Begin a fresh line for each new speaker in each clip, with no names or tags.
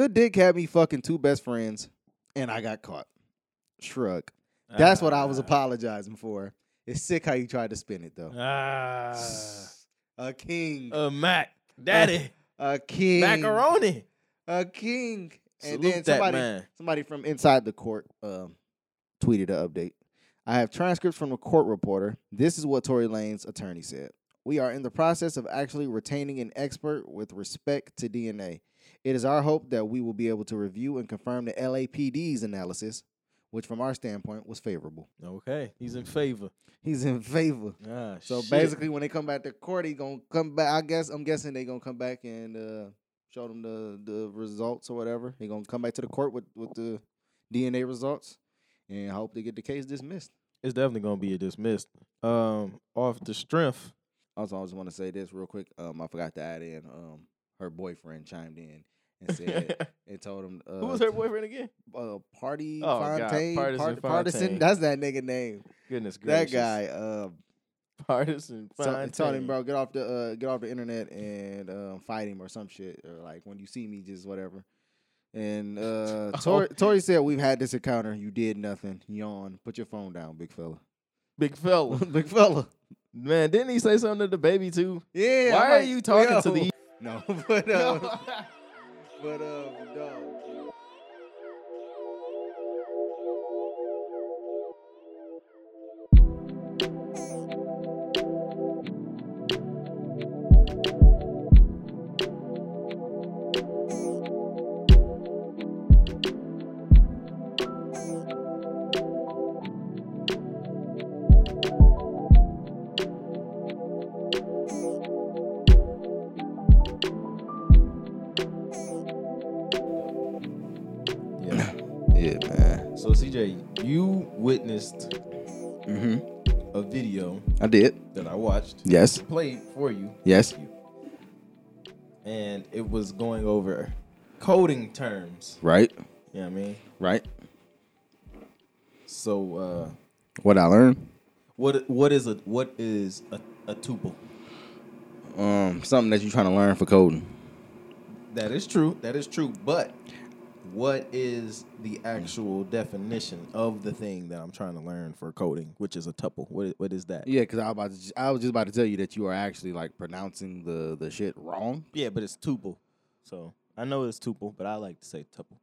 Your dick had me fucking two best friends, and I got caught. Shrug. That's what I was
Ah.
apologizing for. It's sick how you tried to spin it though.
Ah, Uh,
A king,
a Mac, Daddy,
a king,
macaroni.
a king. And
Salute
then
that
somebody,
man.
somebody from inside the court um, tweeted an update. I have transcripts from the court reporter. This is what Tory Lane's attorney said. We are in the process of actually retaining an expert with respect to DNA. It is our hope that we will be able to review and confirm the LAPD's analysis, which from our standpoint was favorable.
Okay, he's in favor.
He's in favor.
Ah,
So
shit.
basically, when they come back to court, he gonna come back. I guess I'm guessing they gonna come back and uh, show them the the results or whatever. He gonna come back to the court with with the DNA results and hope to get the case dismissed.
it's definitely gonna be a dismissed. Um, off the strength.
Also, I just want to say this real quick. Um, I forgot to add in. Um, her boyfriend chimed in and said and told him uh,
Who was her boyfriend again?
Uh, Party
Oh, God,
Fontaine.
Partisan
Part-
Fontaine.
That's that nigga name.
Goodness
That
gracious,
guy. Uh,
partisan.
So, I told him,
Fontaine.
bro, get off the uh, get off the internet and um, fight him or some shit, or like when you see me, just whatever. And uh, Tori, Tori said, "We've had this encounter. You did nothing. Yawn. Put your phone down, big fella.
big fella.
big fella.
Man, didn't he say something to the baby too?
Yeah.
Why
I'm
are
like,
you talking to
yo.
the?
No, but uh, but uh, no.
yeah.
Yeah, man.
So CJ, you witnessed
Mm-hmm.
a video
I did.
that I watched,
Yes.
played for you,
Yes.
and it was going over coding terms.
Right.
You know what I mean?
Right.
So uh
What I learned.
what what is a what is a, a tuple?
Um, something that you're trying to learn for coding.
That is true. That is true. But what is the actual definition of the thing that I'm trying to learn for coding, which is a tuple? What i- what is that?
Yeah, because I, about to ju- I was just about to tell you that you are actually like pronouncing the, the shit wrong.
Yeah, but it's tuple. So I know it's tuple, but I like to say tuple.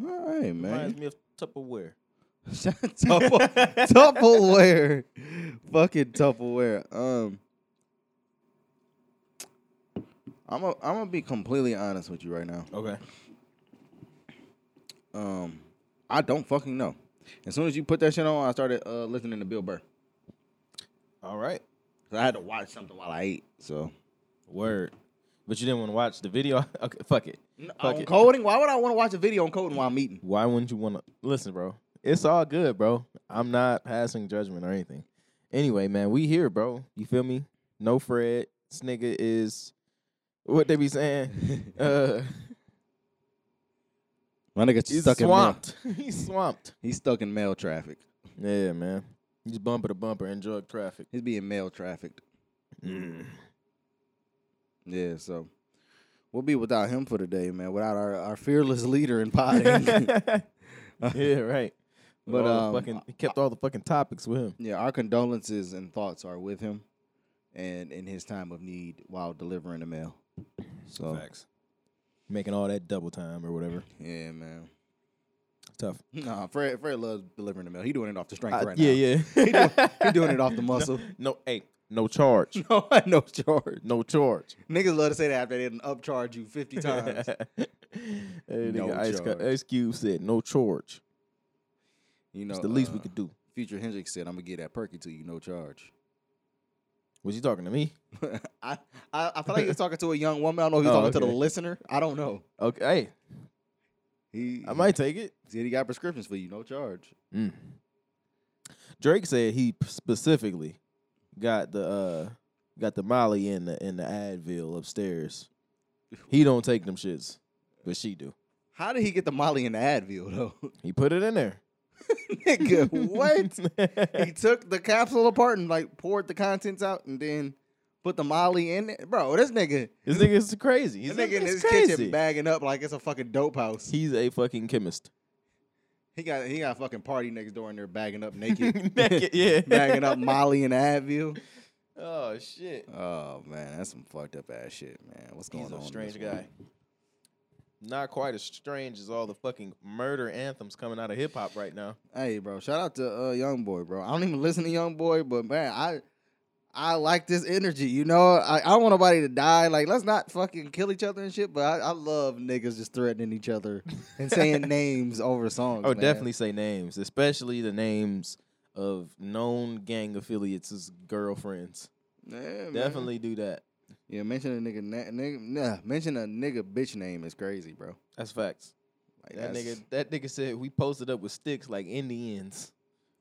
All right,
Reminds
man.
me of Tupperware. Oh,
Tuple- Tupperware, fucking Tupperware. Um, I'm a, I'm gonna be completely honest with you right now.
Okay.
Um, I don't fucking know. As soon as you put that shit on, I started uh, listening to Bill Burr.
All right.
'Cause I had to watch something while I ate. So
Word. But you didn't want to watch the video. okay, fuck it. Fuck
on
it.
coding, why would I want to watch a video on coding while I'm eating?
Why wouldn't you want to listen, bro? It's all good, bro. I'm not passing judgment or anything. Anyway, man, we here, bro. You feel me? No Fred. This nigga is what they be saying. Uh,
My nigga
he's
stuck in mail.
swamped. he's swamped.
He's stuck in mail traffic.
Yeah, man. He's bumper to bumper in drug traffic.
He's being mail trafficked. Yeah, so we'll be without him for today, man. Without our, our fearless leader in potting.
yeah, right.
But,
But
um,
fucking, he kept all the fucking topics with him.
yeah, our condolences and thoughts are with him and in his time of need while delivering the mail. So
Facts. Making all that double time or whatever.
yeah, man.
Tough.
Nah, Fred Fred loves delivering the mail. He doing it off the strength
I-
right now.
Uh, yeah, yeah.
He doing it off the muscle.
no, hey, no charge.
No, I know charge.
No charge.
Niggas love to say that after they done upcharge you fifty times.
Hey, nigga,
No
Ice, Cu-
charge.
Ice Cube said no charge.
You know,
It's the least we
uh,
could do.
Future Hendrix said, "I'm gonna get that perky to you, no charge."
Was you talking to me?
I, I I feel like he was talking to a young woman. I don't know if he was
Oh,
talking to
okay.
the listener. I don't know.
Okay, hey,
He
I might take it.
said he got prescriptions for you, no charge.
Mm. Drake said he p- specifically got the uh got the Molly in the in the Advil upstairs. He don't take them shits, but she do.
How did he get the Molly in the Advil though?
He put it in there.
Nigga, what?
what?
he took the capsule apart and like poured the contents out and then Put the Molly in it, bro. This nigga,
This nigga is crazy. He's
this nigga in his kitchen bagging up like it's a fucking dope house. He,
He's a fucking chemist.
got he got a fucking party next door in there bagging up naked,
Naked, yeah.
bagging up Molly and Advil.
Oh shit.
Oh man, that's some fucked up ass shit, man. What's going
He's
on?
a
in
strange
this world?
guy. Not quite as strange as all the fucking murder anthems coming out of hip hop right now.
Hey, bro, shout out to uh, Young Boy, bro. I don't even listen to Young Boy, but man, I I like this energy. You know, I, I don't want nobody to die. Like, let's not fucking kill each other and shit. But I, I love niggas just threatening each other and saying names over songs.
Oh,
man.
definitely say names, especially the names of known gang affiliates as girlfriends.
Yeah, man.
Definitely do that.
Yeah, mention a nigga, na- nigga, nah, mention a nigga bitch name is crazy, bro.
That's facts.
Like
That
that's-
nigga, that nigga said we posted up with sticks like Indians.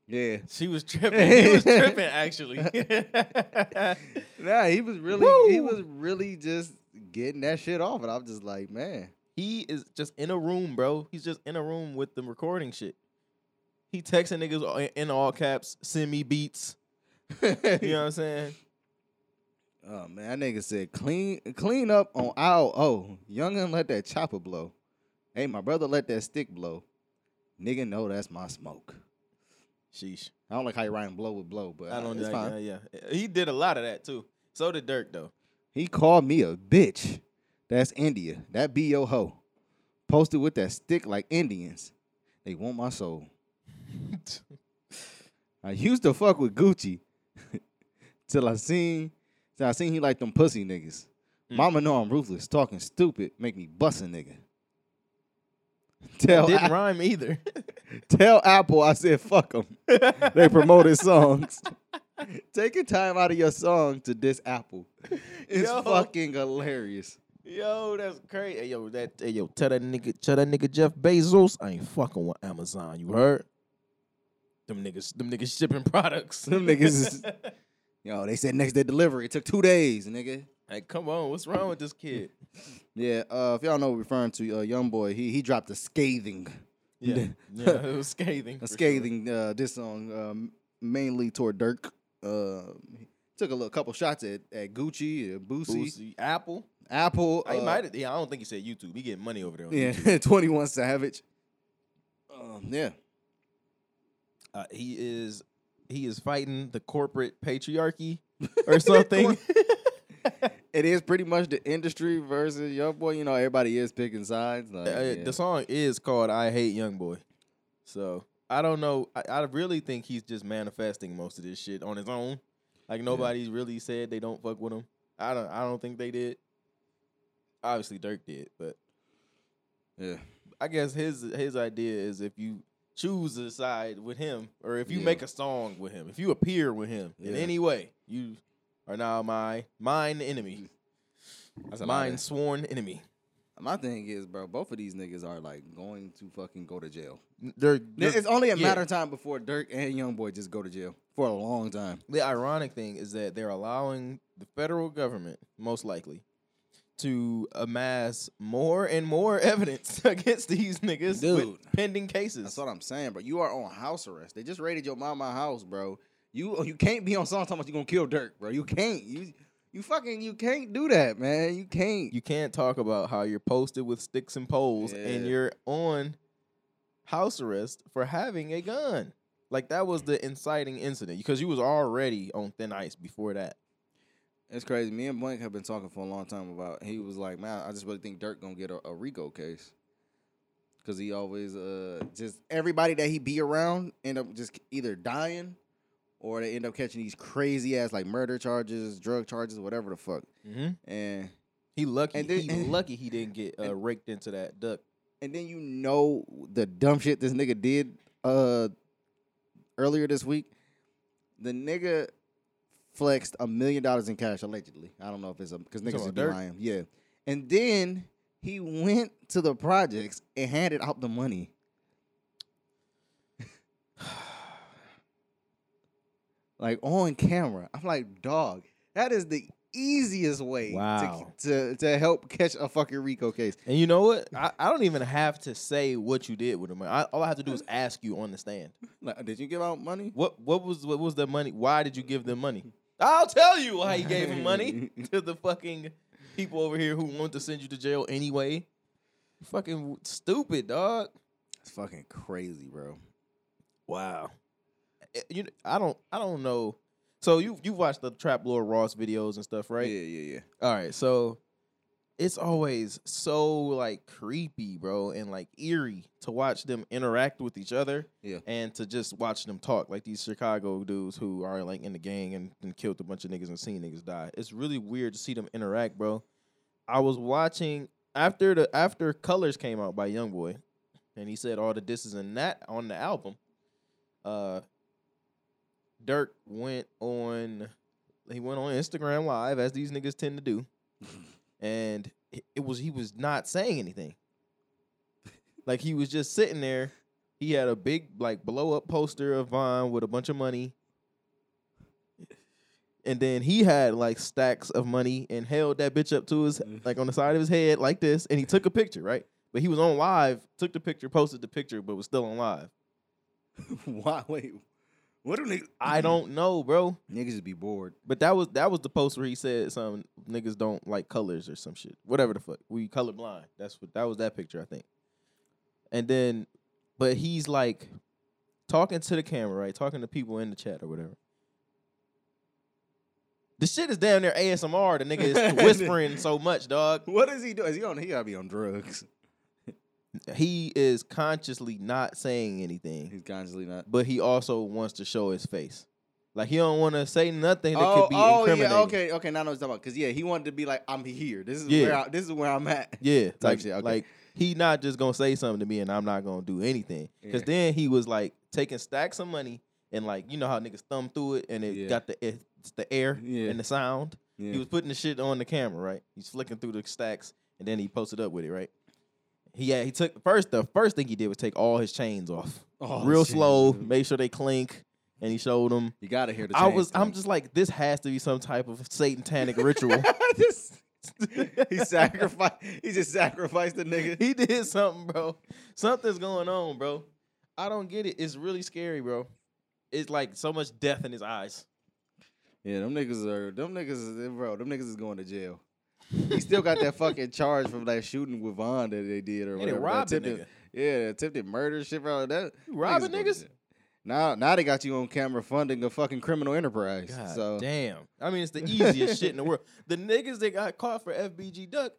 yeah.
She was tripping. He was tripping actually.
Nah, he was really, he
Woo!
was really just getting that shit off, and I'm just like, man,
he is just in a room, bro. He's just in a room with the recording shit. He texting niggas all- in all caps, send me beats. You know what I'm saying?
Oh man, that nigga said clean clean up on aisle O. Youngin let that chopper blow. Hey, my brother let that stick blow. Nigga know that's my smoke.
Sheesh.
I don't like how you rhyme blow with blow, but
I don't
it's
know.
fine.
yeah, yeah. He did a lot of that too. So did Dirk though.
He called me a bitch. That's India. That be yo hoe. Posted with that stick like Indians. They want my soul. I used to fuck with Gucci till I seen till I seen he like them pussy niggas.
Mm.
Mama know I'm ruthless, talking stupid, make me bust a nigga. Tell
Didn't
Apple,
rhyme either.
tell Apple I said fuck them. They promoted songs. Taking time out of your song to diss Apple is
Yo.
fucking hilarious.
yo, that's crazy. Hey, yo, that hey, yo, tell that nigga, tell that nigga Jeff Bezos, I ain't fucking with Amazon. You heard? Them niggas, them niggas shipping products.
Them niggas is- Yo, they said next day delivery. It took two days, nigga.
Hey, come on, what's wrong with this kid?
Yeah, uh, if y'all know what we're referring to, uh, young boy, he he dropped a scathing
Yeah, yeah, it was scathing. for
a
sure.
scathing uh, diss song, um, mainly toward Dirk. Uh, he took a little couple shots at, at Gucci, at Boosie,
Boosie, Apple.
Apple.
I
uh,
might have. Yeah, I don't think he said YouTube. He getting money over there. On YouTube.
Yeah, Twenty One Savage. Um, yeah,
Uh, he is he is fighting the corporate patriarchy or something.
it is pretty much the industry versus young boy. You know, everybody is picking sides. Like,
Uh,
yeah.
The song is called "I Hate Young Boy," so I don't know. I, I really think he's just manifesting most of this shit on his own. Like nobody's really said they don't fuck with him. I don't. I don't think they did. Obviously, Dirk did, but
yeah,
I guess his his idea is if you choose a side with him, or if you
Yeah.
make a song with him, if you appear with him in
Yeah.
any way, you are now my mine enemy,
that's a lot
mine
of-
sworn enemy.
My thing is, bro, both of these niggas are like going to fucking go to jail.
They're, they're-
It's only a
yeah.
matter of time before Dirk and Young Boy just go to jail for a long time.
the ironic thing is that they're allowing the federal government, most likely, to amass more and more evidence against these niggas
Dude.
with pending cases.
That's what I'm saying, bro. You are on house arrest. They just raided your mama house, bro. You you can't be on song talking about you gonna kill Dirk, bro. You can't. You you fucking you can't do that, man. You can't.
you can't talk about how you're posted with sticks and poles and
Yeah.
you're on house arrest for having a gun. Like that was the inciting incident because you was already on thin ice before that.
it's crazy. Me and Blank have been talking for a long time about. He was like, man, I just really think Dirk gonna get a, a Rico case. Cause he always uh just everybody that he be around end up just either dying or they end up catching these crazy ass like murder charges, drug charges, whatever the fuck.
Mm-hmm.
And
He lucky.
And then-
he lucky he didn't get uh,
and-
raked into that duck.
and then you know the dumb shit this nigga did uh earlier this week. The nigga flexed a million dollars in cash allegedly. I don't know if it's a because
You talking
niggas is
about Dirk?
lying. Yeah, and then he went to the projects and handed out the money. like on camera, I'm like, dog, that is the easiest way
Wow.
to, to to help catch a fucking Rico case.
And you know what? I, I don't even have to say what you did with the money. I, all I have to do is ask you on the stand.
Like, did you give out money?
What what was what was the money? Why did you give them money? I'll tell you how you gave him money to the fucking people over here who want to send you to jail anyway. Fucking stupid, dog.
It's fucking crazy, bro.
Wow. Eh, You, I don't, I don't know. So you, you watched the Trap Lord Ross videos and stuff, right?
Yeah, yeah, yeah.
All right, so it's always so like creepy, bro, and like eerie to watch them interact with each other.
Yeah.
And to just watch them talk, like these Chicago dudes who are like in the gang and, and killed a bunch of niggas and seen niggas die. It's really weird to see them interact, bro. I was watching after the after Colors came out by YoungBoy, and he said all the disses and that on the album. Uh, Dirk went on he went on Instagram live as these niggas tend to do, and it- it was he was not saying anything. Like he was just sitting there. He had a big like blow up poster of Vine with a bunch of money, and then he had like stacks of money and held that bitch up to his like on the side of his head like this, and he took a picture right. But he was on live, took the picture, posted the picture, but was still on live.
Why? Wait. What do niggas?
I don't know, bro.
Niggas just be bored.
But that was that was the post where he said some niggas don't like colors or some shit. Whatever the fuck. We colorblind. That's what that was that picture, I think. And then but he's like talking to the camera, right? Talking to people in the chat or whatever. The shit is damn near ASMR. The nigga is whispering so much, dog.
What is he doing? Is he on? He gotta be on drugs.
He is consciously not saying anything,
He's consciously not.
but he also wants to show his face. Like he don't want to say nothing that
oh,
could be
oh
incriminating.
yeah. Okay, okay. Now I know what you're talking about. Cause yeah, he wanted to be like, I'm here. This is
Yeah.
where I, this is where I'm at.
Yeah,
Type
like
shit, okay.
like he not just gonna say something to me and I'm not gonna do anything. Cause
Yeah.
then he was like taking stacks of money and like you know how niggas thumb through it and it
Yeah.
got the it's the air
Yeah.
and the sound.
Yeah.
He was putting the shit on the camera, right? He's flicking through the stacks and then he posted up with it, right? He had, he took first the first thing he did was take all his chains off,
Oh,
real
shit.
slow, make sure they clink, and he showed them.
You gotta hear the.
I
chains
was I'm
clink.
just like this has to be some type of satanic ritual.
This- he sacrificed. He just sacrificed the nigga.
he did something, bro. Something's going on, bro. I don't get it. It's really scary, bro. It's like so much death in his eyes.
Yeah, them niggas are. Them niggas is bro. Them niggas is going to jail. He still got that fucking charge from that shooting with Vaughn that they did or
And they
whatever. that
robbed the
attempted-
nigga.
Yeah, that attempted murder shit, bro. That
You robbing
going to
niggas?
jail. Now, now they got you on camera funding a fucking criminal enterprise.
God
so
damn. I mean, it's the easiest shit in the world. The niggas that got caught for FBG Duck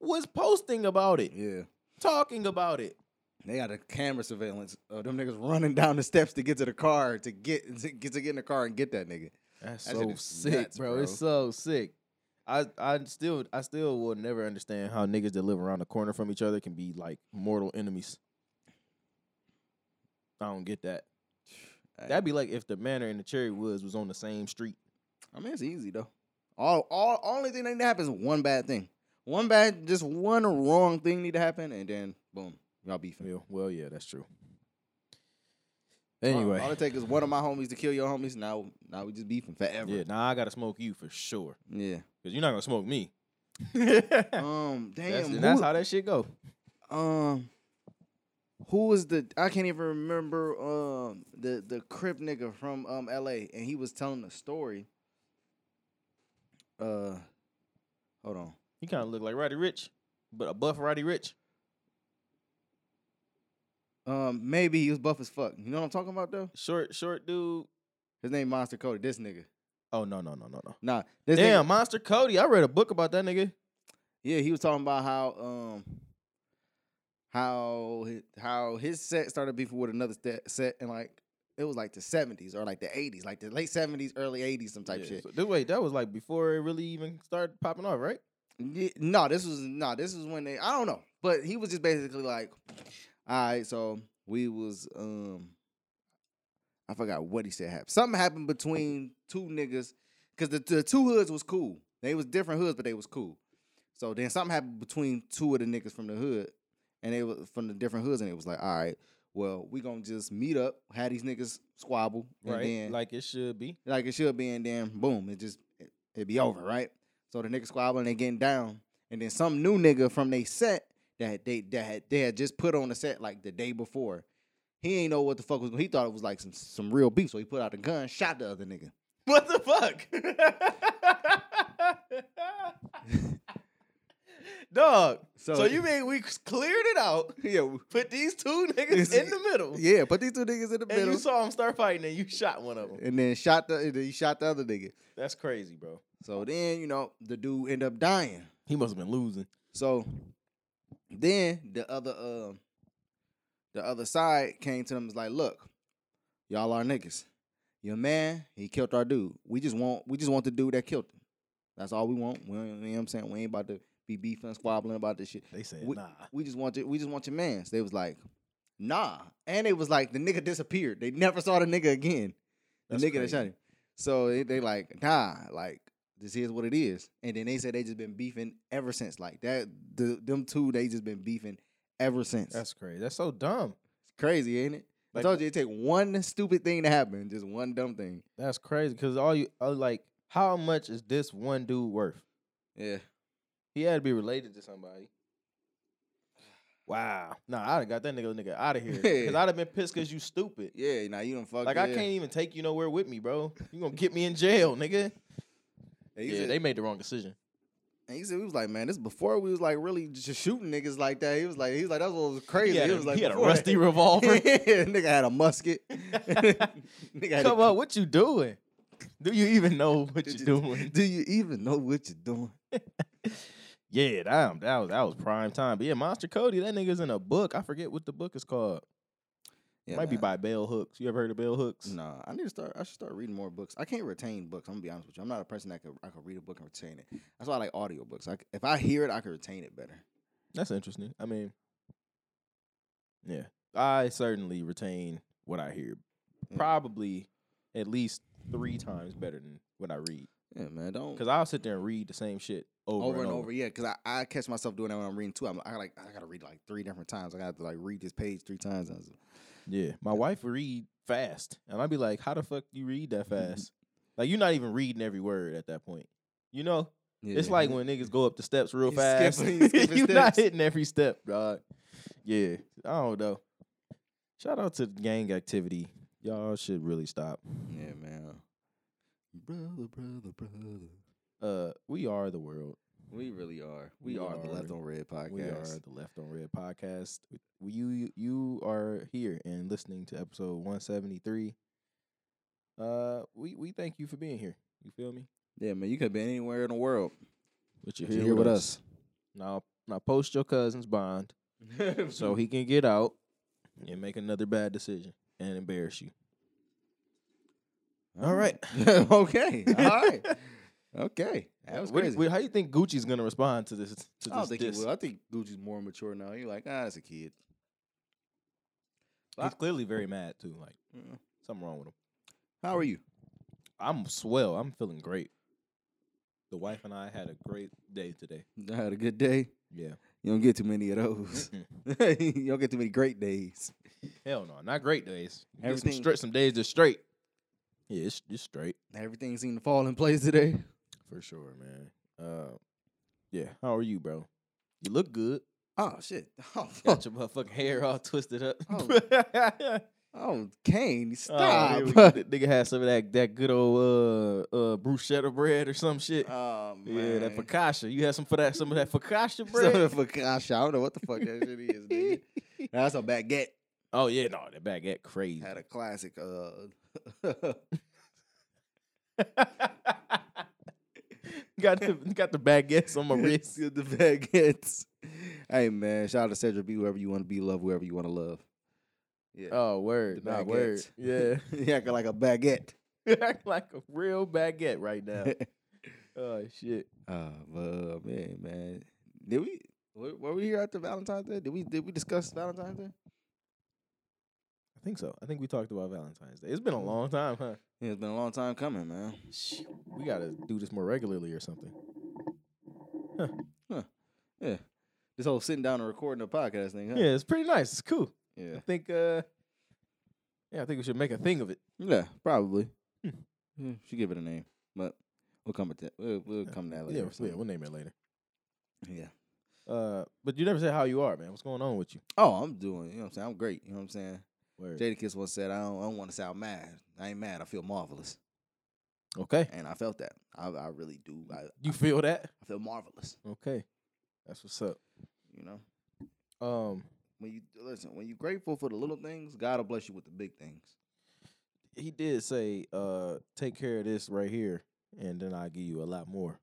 was posting about it,
yeah,
talking about it.
they got a camera surveillance of them niggas running down the steps to get to the car to get to get, to get in the car and get that nigga.
That's
That
so
shit is
sick,
nuts,
bro.
bro.
It's so sick. I I still I still will never understand how niggas that live around the corner from each other can be like mortal enemies. I don't get that. That'd be like if the manor and the cherry woods was on the same street.
I mean, it's easy though. All, all, only thing that need to happen is one bad thing, one bad, just one wrong thing need to happen, and then boom, y'all beefing.
Well, well yeah, that's true.
All-
Anyway,
all, it takes is one of my homies to kill your homies. Now, now we just beefing forever.
yeah, now I gotta smoke you for sure
Yeah.
because you're not gonna smoke me. that's,
Um. Oh, Damn. who-
and that's how that shit go.
um who was the I can't even remember um the the crip nigga from um LA and he was telling the story. Uh hold on.
You kind of look like Roddy Rich, but a buff Roddy Rich.
Um maybe he was buff as fuck. You know what I'm talking about though?
Short, short dude.
His name Monster Cody, this nigga.
Oh no, no, no, no, no.
Nah, this
Damn,
nigga,
Monster Cody. I read a book about that nigga.
yeah, he was talking about how um how his, how his set started beefing with another set, set and like it was like the 70s or like the 80s, like the late 70s, early 80s, some type
Yeah,
shit.
so- dude, wait, that was like before it really even started popping off, right?
Ye- No, this was no, this was when they. I don't know, but he was just basically like, all right, so we was um, I forgot what he said happened. Something happened between two niggas because the, the two hoods was cool. They was different hoods, but they was cool. So then something happened between two of the niggas from the hood, and they was from the different hoods, and it was like, all right, well, we gonna just meet up, have these niggas squabble, and
Right,
then
like it should be.
like it should be, and then boom, it just it, it be over, right? So the niggas squabbling, they getting down, and then some new nigga from they set that they that had, they had just put on the set like the day before. He ain't know what the fuck was. He thought it was like some some real beef, so he put out a gun, shot the other nigga.
What the fuck? Dog. So, you mean we cleared it out,
yeah w-
put these two
Is
niggas in
it-
the middle,
yeah put these two niggas in the
and you
middle
saw them start fighting and you shot one of them.
and then shot the and then you shot the other nigga.
That's crazy, bro.
So then you know the dude end up dying.
He must have been losing.
So then the other uh, the other side came to them and was like, look, y'all are niggas. Your man, he killed our dude. We just want we just want the dude that killed him. That's all we want. We, ain't- you know what I'm saying? We ain't about to be beefing, squabbling about this shit.
They said,
We-
nah.
We just want your, we just want your man's. They was like, nah. And it was like the nigga disappeared. They never saw the nigga again. The
That's
nigga that
crazy.
shot him. So they, they like, nah, like this is what it is. And then they said they just been beefing ever since. Like that, the, them two, they just been beefing ever since. That's
That's crazy. That's so dumb.
crazy, ain't it?
Like-
I told you it take one stupid thing to happen, just one dumb thing.
That's crazy. Cause all you uh, like, how much is this one dude worth?
Yeah,
He had to be related to somebody. Wow. Nah, I'd have got that nigga nigga out of here. Cause I'd have been pissed cause you stupid.
yeah. Now you don't fuck.
Like I can't even take you nowhere with me, bro. You gonna get me in jail, nigga.
And he,
Yeah,
said,
they made the wrong decision.
and he said we was like, man, this before we was like really just shooting niggas like that. He was like, he was like, that's what was crazy.
He had, a,
was like,
he had a
before that-
rusty revolver.
yeah, nigga had a musket. nigga had a-
Come on, what you doing? Do you even know what
Did
you
you-
doing?
Do you even know what you're doing?
Yeah, that, that was that was prime time. But yeah, Monster Cody, that nigga's in a book. I forget what the book is called.
Yeah,
Might be
man.
by Bell Hooks. You ever heard of Bell Hooks?
Nah, I need to start. I should start reading more books. I can't retain books. I'm gonna be honest with you. I'm not a person that could I could read a book and retain it. That's why I like audiobooks. Like if I hear it, I can retain it better.
That's interesting. I mean, yeah, I certainly retain what I hear.
Mm.
Probably at least three times better than what I read.
Yeah, man. Don't
Because I'll sit there and read the same shit over,
over and over. Yeah, because I, I catch myself doing that when I'm reading too. I'm I like I gotta read like three different times. I got to like read this page three times. I was-
Yeah, my wife would read fast, and I'd be like, "How the fuck you read that fast? like, you're not even reading every word at that point. You know, it's
Yeah.
like when niggas go up the steps real
You
fast.
skipping- you skipping
you're not
steps.
hitting every step, dog. Yeah, I don't know. Shout out to gang activity. Y'all should really stop.
yeah, man. Brother, brother, brother.
Uh, we are the world.
We really are. We,
We
are, the
are.
Left on Red podcast.
We are the Left on Red podcast. We- You you are here and listening to episode 173. Uh, we we thank you for being here. You feel me?
Yeah, man. You could be anywhere in the world.
But
You're here with us.
Now now post your cousin's bond so he can get out and make another bad decision and embarrass you. All right.
okay. All right. Okay. That was
What do you-
crazy.
how you think Gucci's gonna respond to this? To this
I don't think
diss?
he will. I think Gucci's more mature now. He's like, ah, that's a kid.
He's clearly very mad too. Like
Mm.
something wrong with him.
How are you?
I'm swell. I'm feeling great. The wife and I had a great day today.
I had a good day.
Yeah.
You don't get too many of those. you don't get too many great days.
Hell no, not great days. Get some,
Everything-
straight, some days just straight. Yeah, it's just straight
Everything seemed to fall in place today.
for sure, man. Uh, yeah. How are you, bro? You look good.
Oh shit. Oh,
Got your motherfucking hair all twisted up.
Oh.
Oh,
oh Kane,
here
stop.
we go. That nigga had some of that that good old uh uh bruschetta bread or some shit.
Oh, man.
yeah, that focaccia. You had some for that some of that focaccia bread.
Some of the focaccia. I don't know what the fuck that shit is, nigga. That's a baguette.
oh yeah, no, that baguette crazy.
Had a classic uh
got the got the baguettes on my wrist.
Get the baguettes. Hey man, shout out to Cedric B. Whoever you want to be, love whoever you want to love. Yeah.
Oh word,
The
nah word.
baguettes.
Yeah,
you acting like a baguette.
act like a real baguette right now. oh shit.
uh, but uh, man, man, did we were, were we here after Valentine's Day? Did we did we discuss Valentine's Day?
I think so. I think we talked about Valentine's Day. It's been a long time, huh?
Yeah, it's been a long time coming, man.
Shit, We gotta do this more regularly or something.
Yeah, this whole sitting down and recording a podcast thing. Huh?
Yeah, it's pretty nice. It's cool.
yeah,
I think. uh Yeah, I think we should make a thing of it.
yeah, probably.
Hmm.
Yeah, should give it a name, but we'll come with that. We'll, we'll come to that
yeah,
later.
yeah, we'll name it later.
yeah.
Uh, but you never said how you are, man. What's going on with you?
Oh, I'm doing. You know what I'm saying? I'm great. You know what I'm saying?
Word.
Jada Kiss once said, I don't, I don't want to sound mad. I ain't mad. I feel marvelous.
Okay.
and I felt that. I, I really do. I,
You feel that?
I feel marvelous.
Okay. That's what's up.
You know,
Um,
when you listen, when you're grateful for the little things, God will bless you with the big things.
he did say, uh, take care of this right here, and then I'll give you a lot more.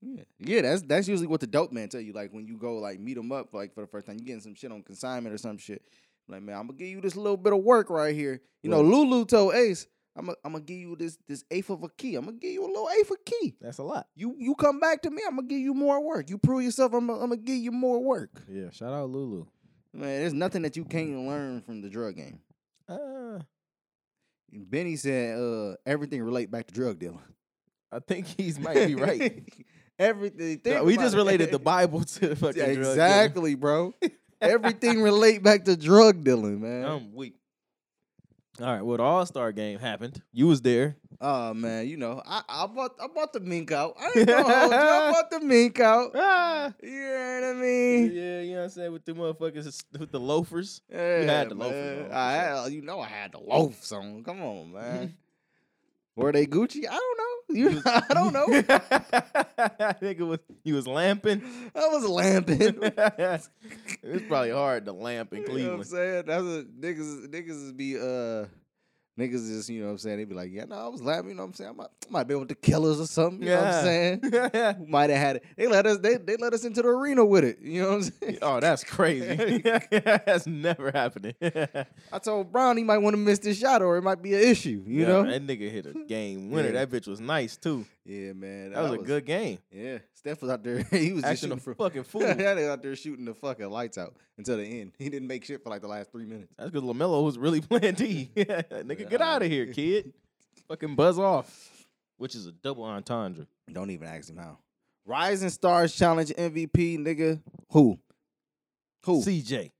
Yeah, yeah. That's that's usually what the dope man tell you. Like when you go like meet them up like for the first time, you getting some shit on consignment or some shit. Like man, I'm gonna give you this little bit of work right here. You know,
Right.
Lulu told Ace, I'm gonna I'm gonna give you this this eighth of a key. I'm gonna give you a little eighth of a key.
That's a lot.
You you come back to me, I'm gonna give you more work. You prove yourself, I'm gonna, I'm gonna give you more work.
Yeah. Shout out Lulu.
Man, there's nothing that you can't learn from the drug game.
Uh,
Benny said uh, everything relate back to drug dealing.
I think he's might be right.
everything.
No,
think
we
about
just
it.
related the Bible to fucking
Yeah,
drug dealing.
exactly, bro. Everything relate back to drug dealing, man.
I'm weak. All right. Well, the All Star game happened. You was there.
oh man, you know, I, I bought I bought the mink out. I ain't gonna hold you. I bought the mink out.
Ah.
You know what I
Yeah,
mean?
you know what I'm saying with the motherfuckers with the loafers.
Yeah,
had the loafers
man.
on, for
I had, you know, I had the loafs on. Come on, man. Were they Gucci? I don't know.
You
You,
was-
I don't know.
Nigga was you was lamping.
I was lamping.
it's probably hard to lamp in
You know what I'm
Cleveland.
saying? That's what niggas niggas is be uh niggas just, you know what I'm saying, they be like, Yeah, no, I was laughing, you know what I'm saying? I might, I might be with the killers or something, you know what
Yeah.
I'm saying? Might have had it. They let us they they let us into the arena with it. You know what I'm saying?
oh, that's crazy. that's never happening. you
I told Brown he might want to miss this shot or it might be an issue, you know?
that nigga hit a game winner.
Yeah.
That bitch was nice too.
Yeah, man.
That was a good game.
Yeah. Steph was out there. he was just
Acting
shooting
a
from
fucking fool.
that
That's
nigga out there shooting the fucking lights out until the end. He didn't make shit for like the last three minutes.
because Lamelo was really playing D. nigga, get
Yeah.
out of here, kid. fucking buzz off, which is a double entendre.
Don't even ask him how. Rising Stars Challenge MVP, nigga. Who? Who?
CJ.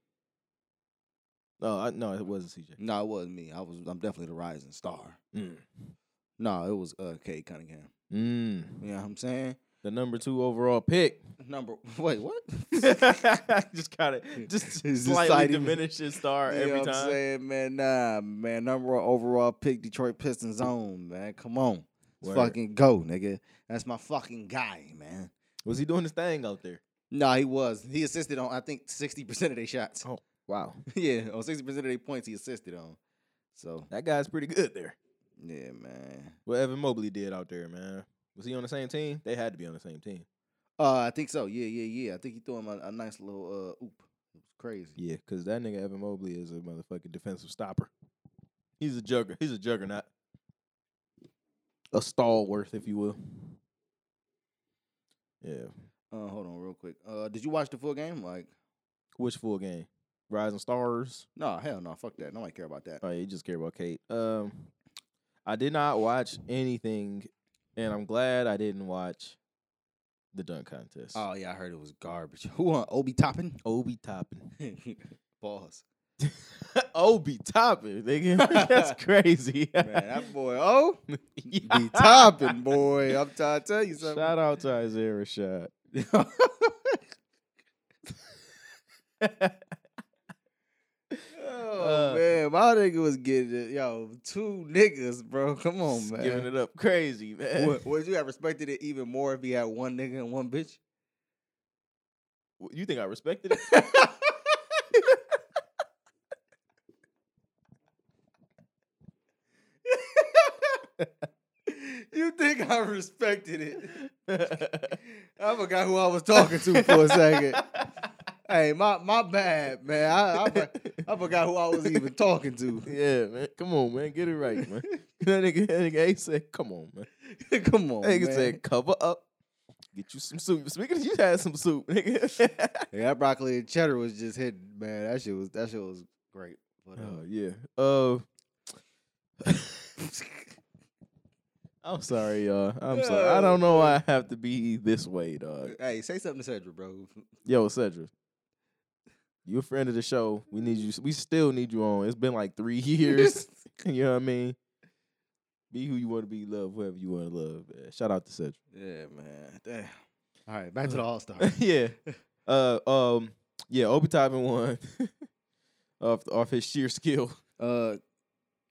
No, I, no, it wasn't CJ.
No, it wasn't me. I was. I'm definitely the rising star.
Mm.
No, it was uh, Kate Cunningham.
Mm.
You know what I'm saying?
The number two overall pick.
Number. Wait, what?
just kind of just
Just
slightly
slightly-
diminish his star
you know
every
what I'm
time.
saying, man? Nah, man. Number one overall pick, Detroit Pistons own, man. Come on, Let's
Word.
fucking go, nigga. That's my fucking guy, man.
Was he doing his thing out there?
Nah, he was. He assisted on I think 60 percent of their shots.
Oh. Wow,
yeah, on 60 percent of their points, he assisted on. So
that guy's pretty good there.
yeah, man.
What Evan Mobley did out there, man. Was he on the same team? They had to be on the same team.
Uh, I think so. Yeah, yeah, yeah. I think he threw him a, a nice little uh oop. It was crazy.
Yeah, because that nigga Evan Mobley is a motherfucking defensive stopper. He's a jugger. He's a juggernaut. A stalworth, if you will. Yeah.
Uh, hold on, real quick. Uh, did you watch the full game? Like,
Which full game? Rising Stars.
no, hell no, fuck that. Nobody care about that. Uh,
Oh, yeah, you just care about Kate. Um, I did not watch anything, and I'm glad I didn't watch the dunk contest.
Oh yeah, I heard it was garbage. Who won? Obi Toppin.
Obi Toppin.
Pause.
Obi Toppin, nigga. That's crazy.
Man, that boy. Oh,
Yeah.
Obi Toppin, boy. I'm trying to tell you something.
Shout out to Isaiah Rashad.
oh
Uh,
Oh, man, my nigga was getting it. Yo, two niggas, bro. Come on, man.
Giving it up crazy, man.
Would, would you have respected it even more if he had one nigga and one bitch?
What, You think I respected it?
you think I respected it? I forgot who I was talking to for a second. hey, my my bad, man. I, I, for- I forgot who I was even talking to.
yeah, man. Come on, man. Get it right, man. that nigga, that nigga Ace said, come on, man.
Come on,
That nigga
man.
said, cover up. Get you some soup. Speaking of, you had some soup, nigga.
Yeah, that broccoli and cheddar was just hitting, man. That shit was that shit was great. But, uh,
oh, yeah. Uh, I'm sorry, y'all. I'm sorry. I don't know why I have to be this way,
uh,
dog.
hey, say something to Cedric, bro.
Yo, Cedric. You a friend of the show. We need you. We still need you on. It's been like three years. you know what I mean? Be who you want to be, love whoever you want to love. man. Shout out to Cedric.
Yeah, man. Damn. All right, back to the All Star.
yeah. Uh um yeah, Obi Toppin won off off his sheer skill.
Uh,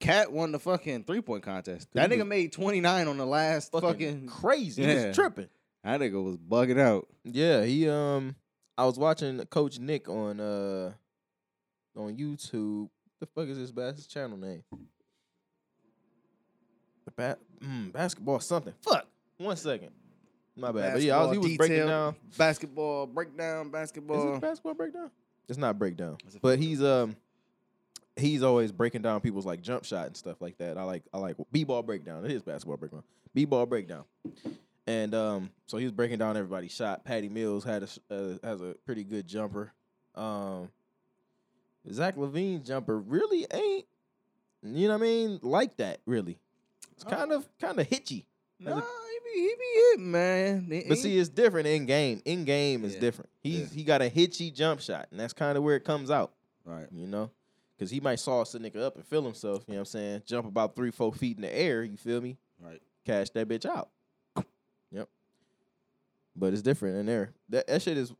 Cat won the fucking three point contest.
Dude
That nigga
was
made 29 on the last
Fucking,
fucking.
crazy. He
yeah.
was tripping.
That nigga was bugging out.
Yeah, he um I was watching Coach Nick on uh on YouTube. The fuck is his bas- his channel name? The bat mm, basketball something. Fuck. One second. My bad. But yeah, I was, he
Basketball
was breaking
detail,
down.
Basketball, breakdown,
Is
basketball.
it basketball breakdown? It's not breakdown.
It's a
But
fucking-
he's um he's always breaking down people's like jump shot and stuff like that. I like I like B ball breakdown. It is basketball breakdown. B ball breakdown. And um so he was breaking down everybody's shot. Patty Mills had a s- uh, has a pretty good jumper. Um Zach Levine's jumper really ain't you know what I mean like that really. It's
Oh.
kind of kind of hitchy.
Nah, he be, he be hitting, man. He-
But
he-
see, it's different in game. In game is
Yeah.
different. He's he got a hitchy jump shot, and that's kind of where it comes out
Right.
you know? Because he might sauce a nigga up and feel himself, you know what I'm saying? Jump about three, four feet in the air, you feel me?
Right.
Cash that bitch out. Yep. But it's different in there. That, that shit is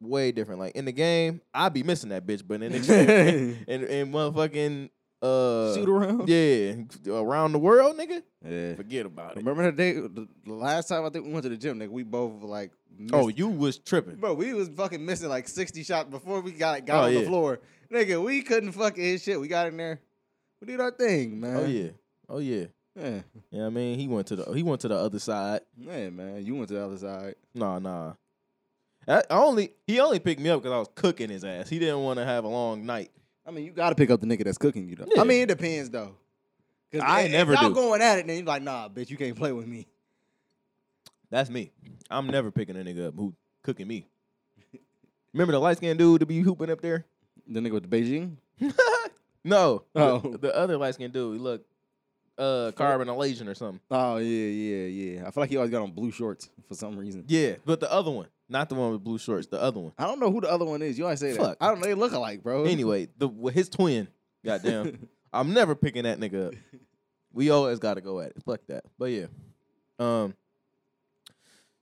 way different. Like in the game, I be missing that bitch, but in the in, in motherfucking uh
Shoot around.
Yeah, around the world, nigga.
Yeah.
Forget about it.
Remember the day, the the last time I think we went to the gym, nigga, we both like. Missed,
Oh, you was tripping.
bro, we was fucking missing like sixty shots before we got got
Oh,
on the
yeah.
floor, nigga. We couldn't fucking hit shit. We got in there, we did our thing, man.
Oh yeah. Oh yeah.
yeah,
Yeah, I mean, he went to the he went to the other side.
yeah, man. You went to the other side.
Nah, nah. I I only he only picked me up because I was cooking his ass. He didn't want to have a long night.
I mean, you got to pick up the nigga that's cooking you though.
Yeah.
I mean, it depends though. 'Cause
I
if- if
never
y'all
do.
going at it, then you're like, nah, bitch, you can't play with me.
That's me. I'm never picking a nigga up who cooking me. Remember the light skinned dude to be hooping up there?
The nigga with the Beijing.
No. the-
Oh.
The, other light skinned dude, he looked uh carbon elation or something.
Oh yeah, yeah, yeah. I feel like he always got on blue shorts for some reason.
Yeah. But the other one. Not the one with blue shorts, the other one.
I don't know who the other one is. You always say
Fuck.
that. I don't know. They look alike, bro.
Anyway, the with his twin. Goddamn. I'm never picking that nigga up. We always got to go at it. Fuck that. But yeah. Um.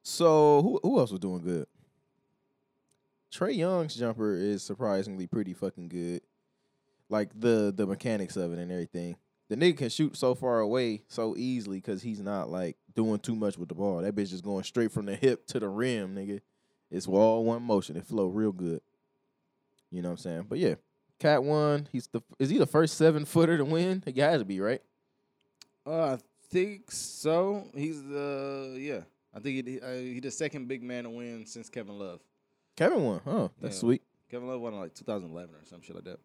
So who who else was doing good? Trey Young's jumper is surprisingly pretty fucking good. Like the the mechanics of it and everything. The nigga can shoot so far away so easily because he's not like doing too much with the ball. That bitch is going straight from the hip to the rim, nigga. It's all one motion. It flow real good. You know what I'm saying? But yeah, Cat won. He's the is he the first seven footer to win? He has to be right.
Uh, I think so. He's the yeah. I think he uh, he the second big man to win since Kevin Love.
Kevin won. Oh, that's
Yeah.
sweet.
Kevin Love won in like 2011 or some shit like that.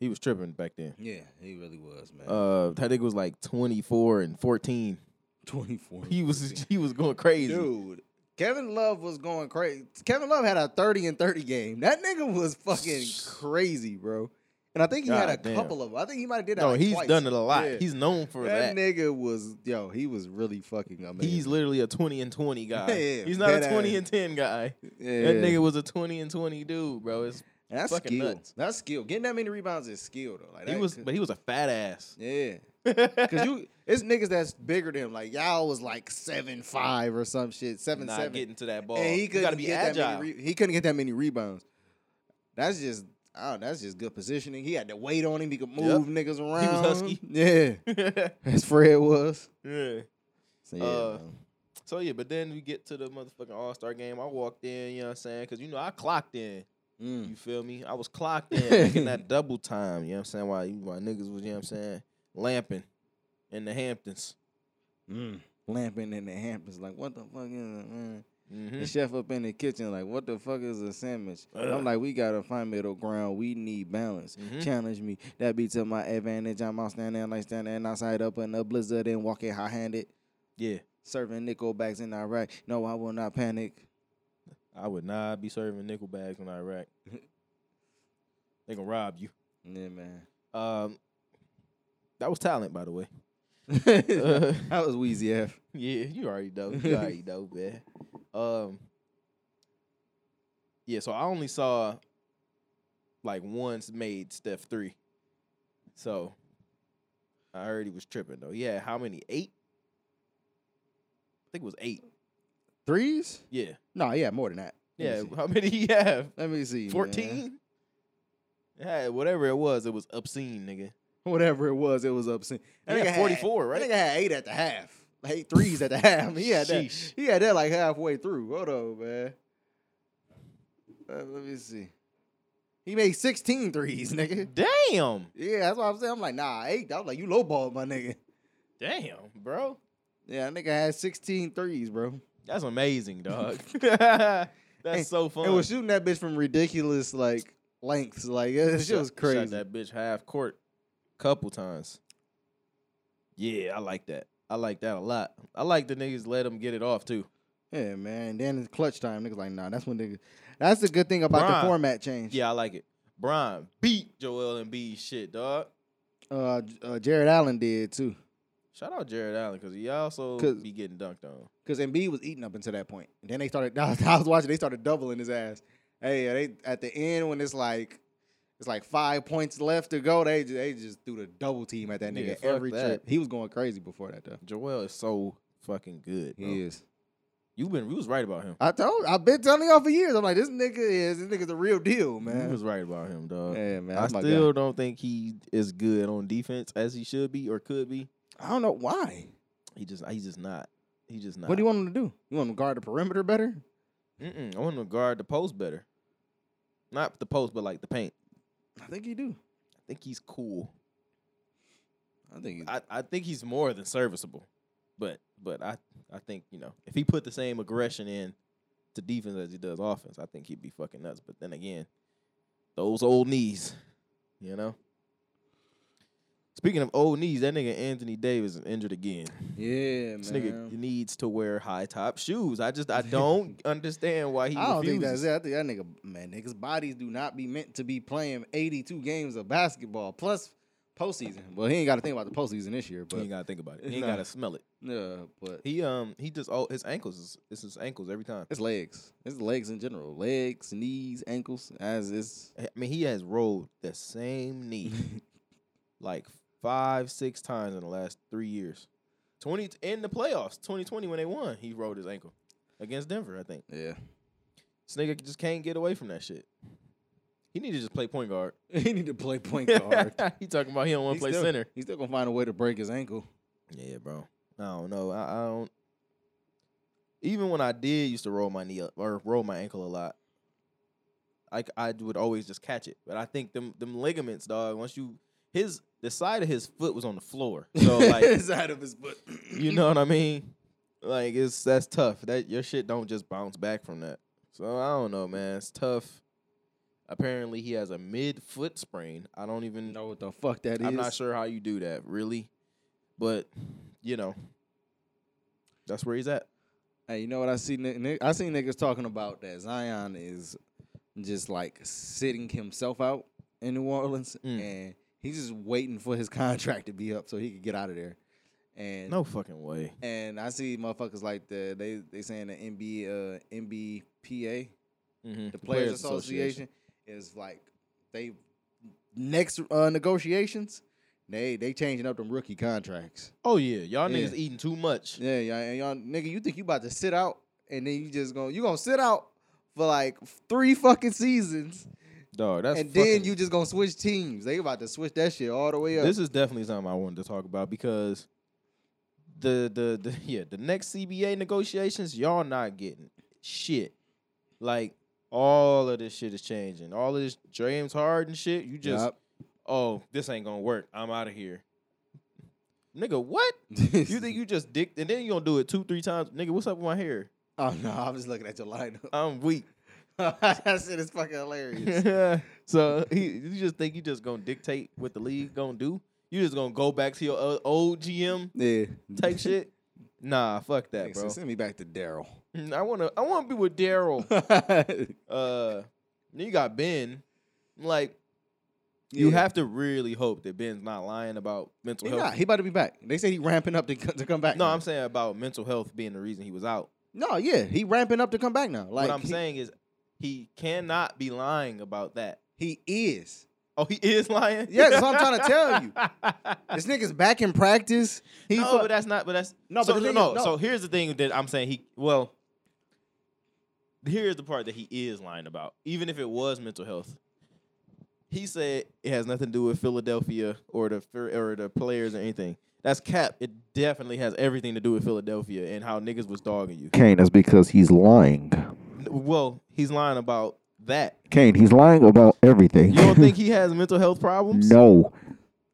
He was tripping back then.
Yeah, he really was man.
Uh, that nigga was like 24 and 14.
24.
He was he was going crazy.
dude. Kevin Love was going crazy. Kevin Love had a 30 and 30 game. That nigga was fucking crazy, bro. And I think he had a
God damn.
couple of. I think he might have did that.
no,
like
he's
twice.
done it a lot.
Yeah.
He's known for
that
that.
nigga was yo. He was really fucking amazing.
He's literally a 20 and 20 guy.
Yeah,
he's not a
dead
20
ass.
and 10 guy.
yeah.
That nigga was a 20 and 20 dude, bro. It's,
And that's
Fucking
skill.
nuts.
That's skill. Getting that many rebounds is skill though. Like
he
that
was,
could-
but he was a fat ass.
yeah. Cause you, it's niggas that's bigger than him. Like y'all was like seven five or some shit, seven
not
seven,
getting to that ball.
and he
You
couldn't
gotta be
get that
agile.
many. Re- he couldn't get that many rebounds. That's just, oh, that's just good positioning. He had the weight on him. He could move niggas around.
husky.
Yeah, as Fred was.
yeah.
So yeah,
Uh,
man.
So yeah, but then we get to the motherfucking All Star game. I walked in, you know what I'm saying? Cause you know I clocked in.
Mm.
You feel me? I was clocked in, making that double time. You know what I'm saying? Why you why niggas was, you know what I'm saying, lamping in the Hamptons.
Mm. Lamping in the Hamptons, like what the fuck is it, man?
hmm
The chef up in the kitchen, like what the fuck is a sandwich?
Ugh.
I'm like, we gotta find middle ground. We need balance.
Mhm.
Challenge me. That be to my advantage. I'm out standing like standing outside up in a blizzard and walking high handed.
Yeah.
Serving nickel bags in Iraq. No, I will not panic.
I would not be serving nickel bags in Iraq. they gonna rob you.
Yeah, man.
Um that was talent, by the way.
that
Uh,
was Wheezy F.
Yeah, you already know. You already know, man. Um, yeah, so I only saw like once made Steph three. So I already was tripping though. Yeah, how many? Eight? I think it was eight.
Threes?
Yeah.
No, yeah, more than that. Let me
Yeah.
see.
How many he have?
Let me see. man.
Fourteen? Yeah, whatever it was, it was obscene, nigga.
whatever it was, it was obscene. That
Yeah,
nigga had-
44, right?
That nigga had eight at the half, like eight threes at the half. He had that.
Sheesh.
He had that like halfway through. Hold on, man. Uh, let me see. He made 16 threes, nigga.
Damn.
Yeah, that's what I'm saying. I'm like, nah, eight. I was like, you lowballed my nigga.
Damn, bro.
Yeah, that nigga had 16 threes, bro.
That's amazing, dog. That's so fun.
And was shooting that bitch from ridiculous like lengths. Like yeah, that shit
Shot-
was crazy.
Shot that bitch half court couple times. Yeah, I like that. I like that a lot. I like the niggas let him get it off too.
Yeah, man. And then it's clutch time. Niggas like, nah, that's when niggas. That's the good thing about
Brian.
the format change.
Yeah, I like it. Brian beat Joel and B shit, dog.
Uh, J- uh, Jared Allen did too,
Shout out Jared Allen because he also
'Cause-
be getting dunked on.
because Embiid was eating up until that point. And then they started. I was, I was watching. They started doubling his ass. Hey, uh, they at the end when it's like. It's like five points left to go. They ju- they just threw the double team at that
Yeah,
nigga
fuck
every
that.
trip. He was going crazy before that though.
Joel is so fucking good. Bro.
He is. Ah,
You been you was right about him.
I told. I've been telling y'all for years. I'm like, this nigga is this nigga's the real deal,
You
man.
was right about him, dog.
Yeah, man.
I
that's my guy.
still don't think he is good on defense as he should be or could be.
I don't know why.
He just he's just not. He just not.
What do you want him to do? You want him to guard the perimeter better?
Mm-mm, I want him to guard the post better. Not the post, but like the paint.
I think he do.
I think he's cool.
I think he
I, I think he's more than serviceable. But but I I think, you know, if he put the same aggression in to defense as he does offense, I think he'd be fucking nuts. But then again, those old knees, you know. Speaking of old knees, that nigga Anthony Davis is injured again.
Yeah,
This
man.
nigga needs to wear high top shoes. I just I don't understand why he
I don't think that's
refuses.
it. I think that nigga, man, niggas' bodies do not be meant to be playing 82 games of basketball plus postseason. Well, he ain't got to think about the postseason this year,
he
but
ain't gotta think about it. He ain't
Nah.
gotta smell it.
yeah, but
He um he just all his ankles is it's his ankles every time.
it's legs. It's legs in general. Legs, knees, ankles. As it's
I mean he has rolled the same knee
Mm-hmm.
like five six times in the last three years. Twenty in the playoffs, twenty twenty when they won, he rolled his ankle against Denver. I think
yeah,
this nigga just can't get away from that shit. He need to just play point guard.
he need to play point guard.
he talking about he don't want
He
to play
still-
center.
He's still gonna find a way to break his ankle.
Yeah, bro. I don't know. I, I don't. Even when I did used to roll my knee up or roll my ankle a lot, I, c- I would always just catch it. But I think them them ligaments, dog. Once you his the side of his foot was on the floor, so like
it's out of his butt.
you know what I mean. Like it's that's tough. That your shit don't just bounce back from that. So I don't know, man. It's tough. Apparently he has a mid foot sprain. I don't even
know what the fuck that is.
I'm not sure how you do that, really. But you know, that's where he's at.
Hey, you know what I see? ni- ni- I seen niggas talking about that Zion is just like sitting himself out in New Orleans,
Mm.
and he's just waiting for his contract to be up so he could get out of there. And
No fucking way.
and I see motherfuckers like the they they saying the NBA uh, NBPA,
Mm-hmm.
the Players, Association, is like they next uh, negotiations. They they changing up them rookie contracts.
Oh yeah, y'all
Yeah.
niggas eating too much.
Yeah, yeah, and y'all nigga, you think you about to sit out and then you just gonna you gonna sit out for like three fucking seasons
Dog, that's
and then
fucking-
you just gonna switch teams. They about to switch that shit all the way up.
This is definitely something I wanted to talk about because the the, the yeah, the next CBA negotiations, y'all not getting shit. Like all of this shit is changing. All of this James Harden shit, you just
Yup.
oh, this ain't gonna work. I'm out of here. Nigga, what? You think you just dick, and then you gonna do it two, three times, nigga? What's up with my hair?
Oh no, I'm just looking at your lineup.
I'm weak.
that shit is fucking hilarious.
so he, you just think you just gonna dictate what the league gonna do? You just gonna go back to your o- old GM
yeah.
type shit? Nah, fuck that,
Nigga said,
bro.
Send me back to Daryl.
Mm, I wanna, I wanna be with Daryl.
you
Uh, then you got Ben. Like, you have to really hope that Ben's not lying about mental
he
health.
not. He about to be back. They say he ramping up to, co- to come back.
No,
now.
I'm saying about mental health being the reason he was out.
no, yeah, he ramping up to come back now. Like
what I'm
he,
saying is, he cannot be lying about that.
he is.
Oh, he is lying.
Yeah, that's what I'm trying to tell you.
you.
This nigga's back in practice. He
no,
fu-
but that's not. But that's
No, but
no. So,
the
no,
thing
no,
is- no.
So here's the thing that I'm saying. He well, here's the part that he is lying about. Even if it was mental health, He said it has nothing to do with Philadelphia or the fir- or the players or anything. That's cap. It definitely has everything to do with Philadelphia and how niggas was dogging you.
Kane, that's because he's lying.
N- Well, he's lying about that.
Kane, he's lying about everything.
You don't think he has mental health problems?
no.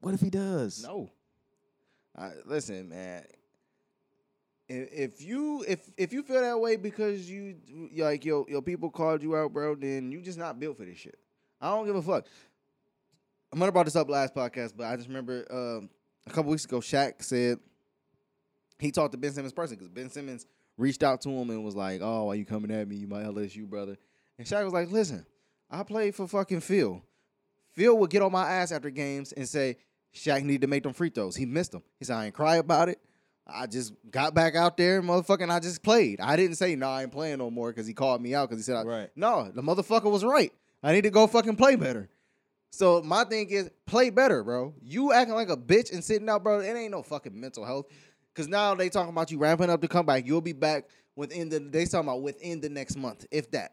What if he does?
No. I, listen, man. If, if you if if you feel that way because you like your your people called you out, bro, then you just not built for this shit. I don't give a fuck. I might have brought this up last podcast, but I just remember um, a couple weeks ago, Shaq said he talked to Ben Simmons person because Ben Simmons reached out to him and was like, "Oh, why you coming at me? You my LSU brother." And Shaq was like, "Listen, I played for fucking Phil. Phil would get on my ass after games and say Shaq needed to make them free throws. He missed them. He said I ain't cry about it. I just got back out there, motherfucking. I just played. I didn't say no, I ain't playing no more because he called me out because he said I,
Right.
no, the motherfucker was right. I need to go fucking play better. So my thing is play better, bro. You acting like a bitch and sitting out, bro. It ain't no fucking mental health. Cause now they talking about you ramping up to come back. You'll be back within the they talking about within the next month, if that.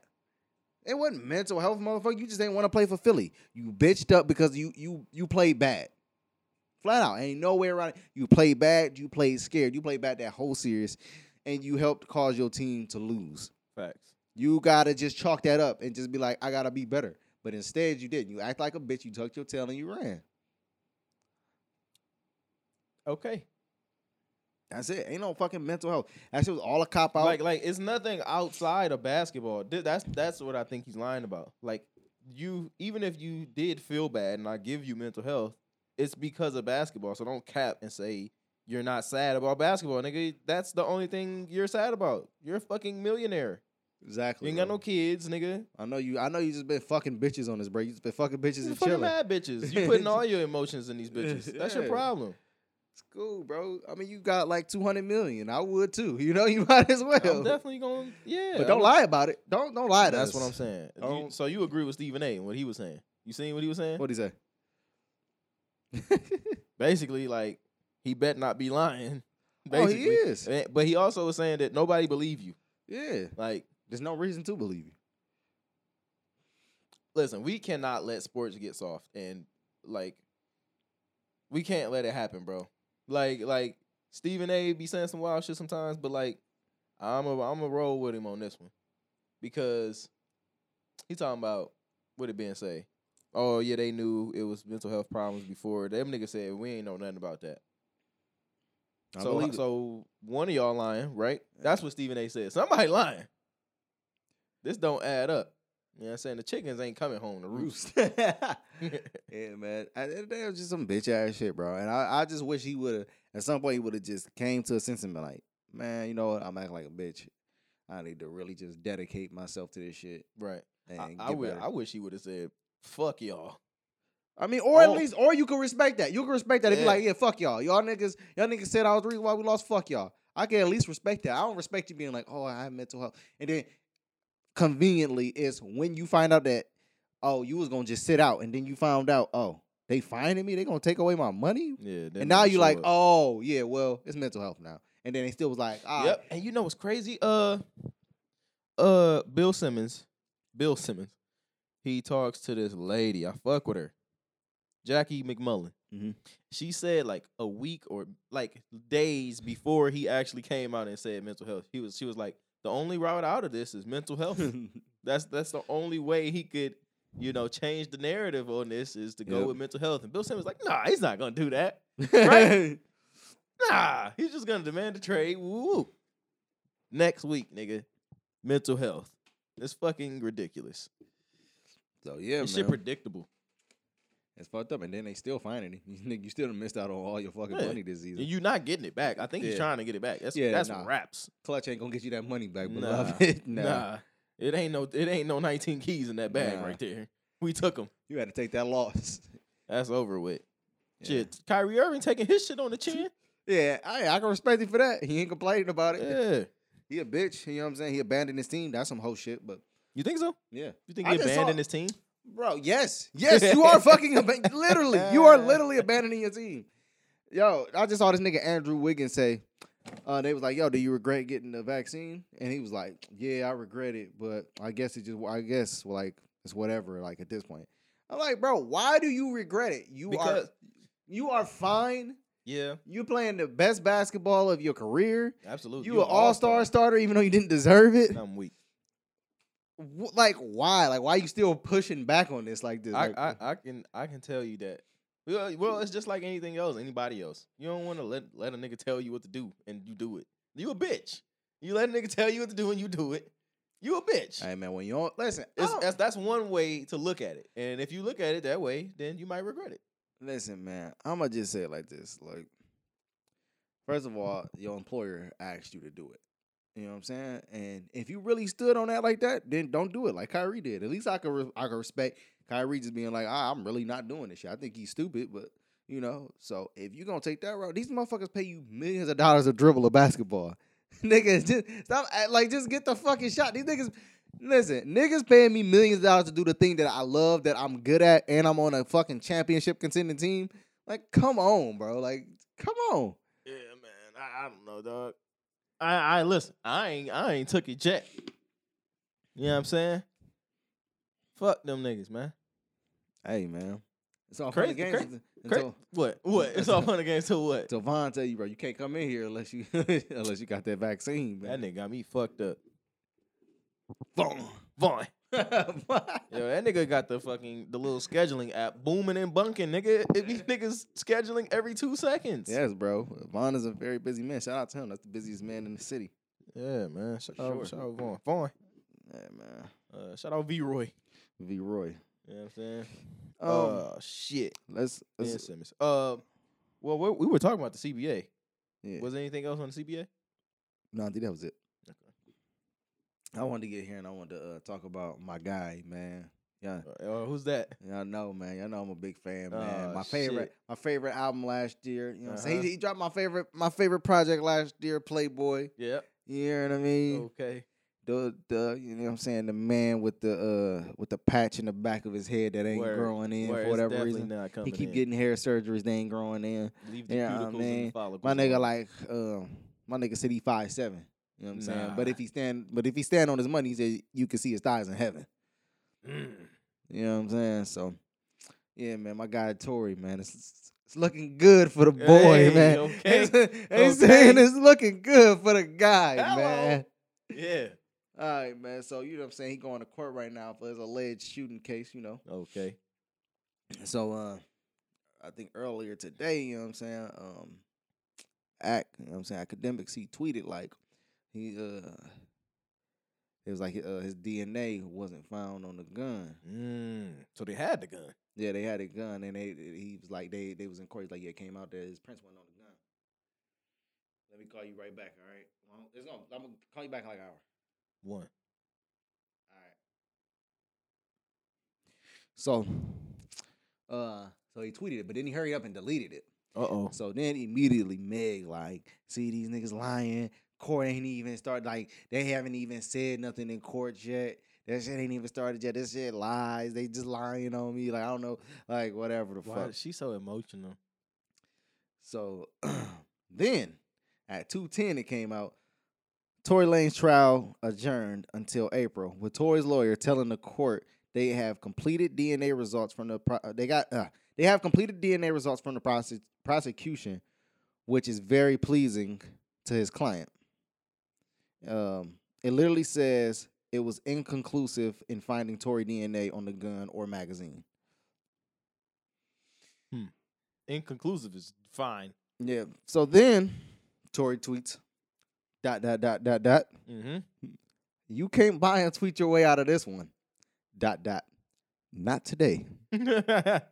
It wasn't mental health, motherfucker. You just ain't want to play for Philly. You bitched up because you you you played bad. Flat out. Ain't no way around it. You played bad, you played scared, you played bad that whole series, and you helped cause your team to lose.
Facts.
You gotta just chalk that up and just be like, I gotta be better. But instead, you didn't. You act like a bitch. You tucked your tail and you ran.
Okay.
That's it. Ain't no fucking mental health. That shit was all a cop out.
Like like it's nothing outside of basketball. Th- That's that's what I think he's lying about. Like you even if you did feel bad and I give you mental health, it's because of basketball. So don't cap and say you're not sad about basketball, nigga. That's the only thing you're sad about. You're a fucking millionaire. You
exactly.
ain't got
bro.
no kids, nigga.
I know you. I know you just been fucking bitches on this break. You just been fucking bitches
You're
and
fucking
chilling.
mad bitches. You putting all your emotions in these bitches. That's your
Yeah.
problem.
It's cool, bro. I mean, you got like two hundred million. I would too. You know, you might as well.
I'm definitely going. Yeah,
but don't
I'm-
lie about it. Don't don't lie. To
That's
us.
what I'm saying. You-
Don't-
so you agree with Stephen A. and what he was saying? You seen what he was saying?
What would he say?
basically like he bet not be lying.
Oh,
Basically.
he is.
Eh, But he also was saying that nobody believe you.
Yeah.
Like,
There's no reason to believe you.
listen, we cannot let sports get soft and like we can't let it happen, bro. Like like Stephen A be saying some wild shit sometimes, but like I'm a I'm a roll with him on this one. Because he talking about what it being say. Oh yeah, they knew it was mental health problems before. Them niggas said we ain't know nothing about that.
I
so
believe it.
so one of y'all lying, right? That's what Stephen A said. Somebody lying. This don't add up. You know what I'm saying? The chickens ain't coming home to roost.
Roost. Yeah, man. At the end of the day, it was just some bitch ass shit, bro. And I, I just wish he would have, at some point, he would have just came to a sense and been like, man, you know what? I'm acting like a bitch. I need to really just dedicate myself to this shit.
right.
And
I,
get
I, would,
better."
I wish he would have said, fuck y'all.
I mean, or at
Oh.
least, or you can respect that. You can respect that. If you
Yeah.
like, yeah, fuck y'all. Y'all niggas, y'all niggas said I was the reason why we lost. Fuck y'all. I can at least respect that. I don't respect you being like, oh, I have mental health. And then conveniently is when you find out that, oh, you was gonna just sit out, and then you found out, oh, they fining me. They gonna take away my money.
Yeah.
and now you like, oh yeah, well it's mental health now. And then they still was like, ah,
Yep. And you know what's crazy? Uh, uh, Bill Simmons. Bill Simmons. He talks to this lady. I fuck with her. Jackie McMullen.
Mhm.
She said like a week or like days before he actually came out and said mental health. He was she was like, the only route out of this is mental health. that's that's the only way he could, you know, change the narrative on this is to go
Yep.
with mental health. And Bill Simmons was like, nah, he's not gonna do that.
right?
Nah, he's just gonna demand a trade. Woo. Next week, nigga. Mental health. It's fucking ridiculous.
So yeah,
it's shit
man,
predictable.
it's fucked up. And then they still finding it. You nigga, you still done missed out on all your fucking
Yeah.
money this
And
season.
You're not getting it back. I think
Yeah.
he's trying to get it back. That's
Yeah,
that's
nah.
raps.
Clutch ain't gonna get you that money back,
Nah.
beloved.
Nah.
nah.
It ain't no it ain't no 19 keys in that bag
Nah.
right there. We took them.
you had to take that loss.
That's over with.
Yeah.
Shit. Kyrie Irving taking his shit on the chin.
Yeah, I, I can respect him for that. He ain't complaining about it.
yeah.
He a bitch. You know what I'm saying? He abandoned his team. That's some whole shit. But
You think so?
yeah,
You think
I
he
just saw-
abandoned his team?
Bro, yes, yes, you are fucking aban- literally. You are literally abandoning your team. Yo, I just saw this nigga Andrew Wiggins say, uh, they was like, "Yo, do you regret getting the vaccine?" And he was like, "Yeah, I regret it, but I guess it just, I guess like it's whatever. Like at this point, I'm like, bro, why do you regret it? You are
Because-
you are fine.
Yeah,
You're playing the best basketball of your career.
absolutely.
You an all star starter, even though you didn't deserve it.
I'm weak.
Wh- Like, why? Like, why you still pushing back on this like this?
I,
Like,
I, I can I can tell you that. Well, well, it's just like anything else. Anybody else, you don't want to let let a nigga tell you what to do and you do it. You a bitch. You let a nigga tell you what to do and you do it. You a bitch.
hey man, when you don't listen, I
It's,
don't-
that's that's one way to look at it. And if you look at it that way, then you might regret it.
listen, man, I'm gonna just say it like this. Like, first of all, your employer asked you to do it. You know what I'm saying? And if you really stood on that like that, then don't do it like Kyrie did. At least I could re- I could respect Kyrie just being like, ah, I'm really not doing this shit. I think he's stupid, but you know. So if you gonna take that route, these motherfuckers pay you millions of dollars to dribble a basketball. niggas, just stop act- like just get the fucking shot. These niggas. Listen, niggas paying me millions of dollars to do the thing that I love, that I'm good at, and I'm on a fucking championship contending team. Like, come on, bro. Like, come on.
Yeah, man. I, I don't know, dog. I, I listen. I ain't I ain't took it yet. You know what I'm saying? Fuck them niggas, man.
Hey, man. It's all
Crazy-
fun and games
crazy-
until,
cra-
until,
What? What? It's all fun and games till what?
until Von tell you, bro, you can't come in here unless you unless you got that vaccine,
That
man.
nigga got me fucked up.
Von.
Vaughn.
Von.
Yo, that nigga got the fucking the little scheduling app booming and bunking, nigga. It be niggas scheduling every two seconds.
Yes, bro. Von is a very busy man. Shout out to him. That's the busiest man in the city.
Yeah, man. Shout
Oh, Sure.
out, shout out Vaughn. Vaughn.
Yeah, man.
Uh, shout out V Roy.
V Roy.
You know what I'm saying?
Um,
oh shit.
let's let's
Ben Simmons. Uh, well, we, we were talking about the CBA.
yeah.
Was there anything else on the CBA?
No, I think that was it.
Okay.
I wanted to get here and I wanted to uh, talk about my guy, man. Yeah,
Uh, who's that?
y'all know, man. Y'all know I'm a big fan, man.
Oh,
my favorite,
shit.
my favorite album last year. You know, what I'm saying
Uh-huh.
he, he dropped my favorite, my favorite project last year, Playboy.
Yeah.
You know what I mean?
Okay.
The, the, you know what I'm saying? The man with the uh with the patch in the back of his head that ain't
Word.
growing in
Where
for
it's
whatever
definitely
reason.
Not
He
coming
keep
in.
getting hair surgeries, they ain't growing in.
Leave the
Yeah, I
cuticles and
mean,
the follicles.
My nigga
alone.
like um my nigga said he five seven. You know what I'm saying? But
Nah.
if he stand but if he stand on his money, he said you can see his thighs in heaven.
Mm.
You know what I'm saying? So yeah, man, my guy Tory, man, it's it's looking good for the boy,
Hey,
man.
okay,
It's- they saying
okay.
it's looking good for the guy,
Hello.
man.
Yeah.
All right, man. So you know what I'm saying? He going to court right now for his alleged shooting case, you know.
Okay.
So uh I think earlier today, you know what I'm saying, um act, you know what I'm saying, academics, he tweeted like he uh it was like uh, his DNA wasn't found on the gun.
Mm. So they had the gun.
Yeah, they had a gun and they he was like they they was in court, he's like, Yeah, it came out that his prints wasn't on the gun. Let me call you right back, all right? Well, it's gonna, I'm gonna call you back in like an hour.
One.
All right. So uh so he tweeted it, but then he hurried up and deleted it.
Uh oh.
So then immediately Meg like, see these niggas lying. Court ain't even started. Like they haven't even said nothing in court yet. That shit ain't even started yet. This shit lies. They just lying on me. Like I don't know. Like whatever the
Why
fuck.
is she so emotional?
So then at two ten it came out. Tory Lane's trial adjourned until April, with Tory's lawyer telling the court they have completed DNA results from the pro- uh, they got uh, they have completed DNA results from the prose- prosecution, which is very pleasing to his client. Um, it literally says it was inconclusive in finding Tory DNA on the gun or magazine.
Inconclusive is fine.
Yeah. So then Tory tweets dot dot dot dot dot.
Mm-hmm.
You can't buy and tweet your way out of this one. Dot dot. Not today.
that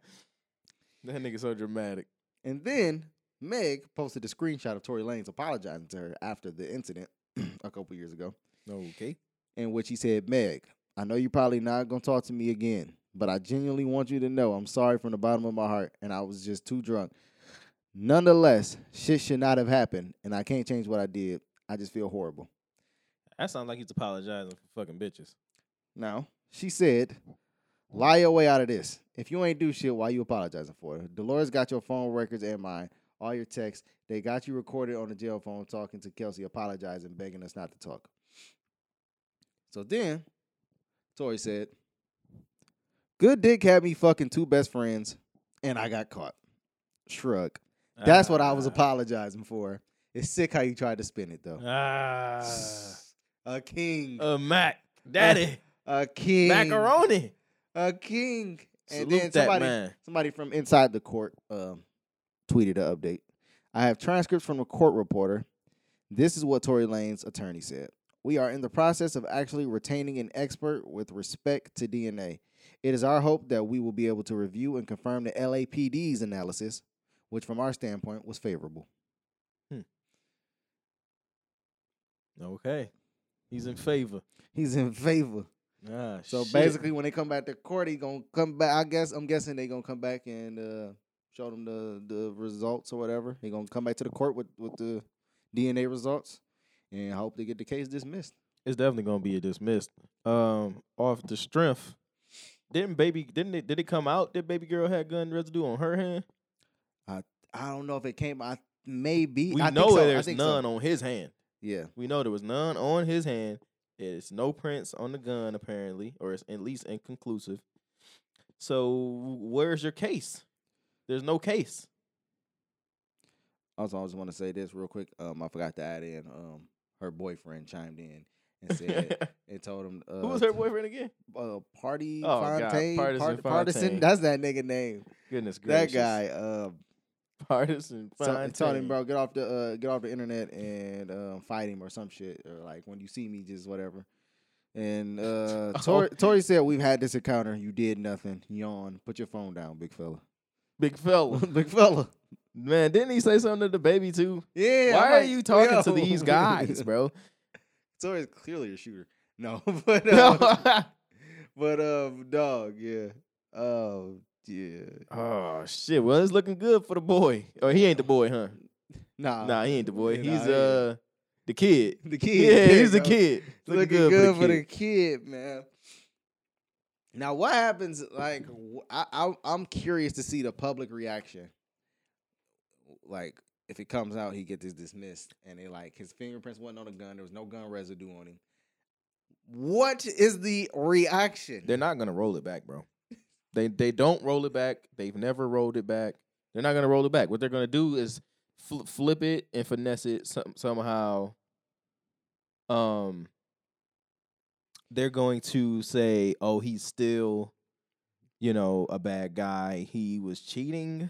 nigga so dramatic.
And then Meg posted a screenshot of Tory Lanez apologizing to her after the incident a couple years ago,
Okay.
in which he said, Meg, I know you're probably not going to talk to me again, but I genuinely want you to know I'm sorry from the bottom of my heart, and I was just too drunk. Nonetheless, shit should not have happened, and I can't change what I did. I just feel horrible.
That sounds like he's apologizing for fucking bitches.
No. She said, lie your way out of this. If you ain't do shit, why you apologizing for it? Dolores got your phone records and mine, all your texts. They got you recorded on the jail phone talking to Kelsey, apologizing, begging us not to talk. So then, Tori said, Good dick had me fucking two best friends, and I got caught. Shrug. That's what I was
Ah.
apologizing for. It's sick how you tried to spin it though.
Ah, Uh,
A king,
a mac, daddy,
a king,
macaroni.
a king. And
Salute
then
that
somebody,
man.
somebody from inside the court um, tweeted an update. I have transcripts from a court reporter. This is what Tory Lane's attorney said. We are in the process of actually retaining an expert with respect to DNA. It is our hope that we will be able to review and confirm the LAPD's analysis, which from our standpoint was favorable.
Okay, he's in favor.
He's in favor.
Ah,
So
shit.
basically, when they come back to court, he gonna come back. I guess I'm guessing they gonna come back and uh, show them the the results or whatever. He gonna come back to the court with with the DNA results and hope to get the case dismissed.
it's definitely gonna be a dismissed. Um, off the strength. Didn't baby? Didn't it? Did it come out that baby girl had gun residue on her hand?
I don't know if it came. I maybe
We
I
know
think so. I
there's
think so.
none on his hand.
Yeah,
We know there was none on his hand. It's no prints on the gun, apparently, or it's at least inconclusive. So where's your case? There's no case.
Also, I just want to say this real quick. Um, I forgot to add in. Um, her boyfriend chimed in and said and told him. Uh,
Who was her boyfriend again?
Uh, Party
Oh, God,
Fontaine.
Partisan
Part-
Fontaine.
Partisan. That's that nigga name.
Goodness
That
gracious!
guy. Um.
partisan.
So, told him,
Fontaine.
bro, get off the uh, get off the internet and um, fight him or some shit, or like when you see me, just whatever. And uh, Tori,
Oh.
Tori said, "We've had this encounter. You did nothing. Yawn. Put your phone down, big fella.
big fella.
big fella.
Man, didn't he say something to the baby too?
Yeah.
Why
I'm
are
like,
you talking to
yo.
these guys, bro?
Tori's clearly a shooter. No, but uh,
oh
but um, dog, yeah. Oh, yeah.
Oh, shit! Well, it's looking good for the boy. Or he ain't the boy, huh?
Nah,
nah, he ain't the boy.
Uh, yeah, nah,
he's
yeah.
uh the kid.
the kid.
Yeah,
there you
he's the
go.
kid.
looking, good, for, the kid, man. Now, what happens? Like, wh- I, I, I'm curious to see the public reaction. Like, if it comes out, he gets this dismissed, and they like his fingerprints wasn't on the gun. There was no gun residue on him. What is the reaction?
They're not gonna roll it back, bro. They they don't roll it back. They've never rolled it back. They're not gonna roll it back. What they're gonna do is fl- flip it and finesse it some- somehow. Um, they're going to say, "Oh, he's still, you know, a bad guy. He was cheating,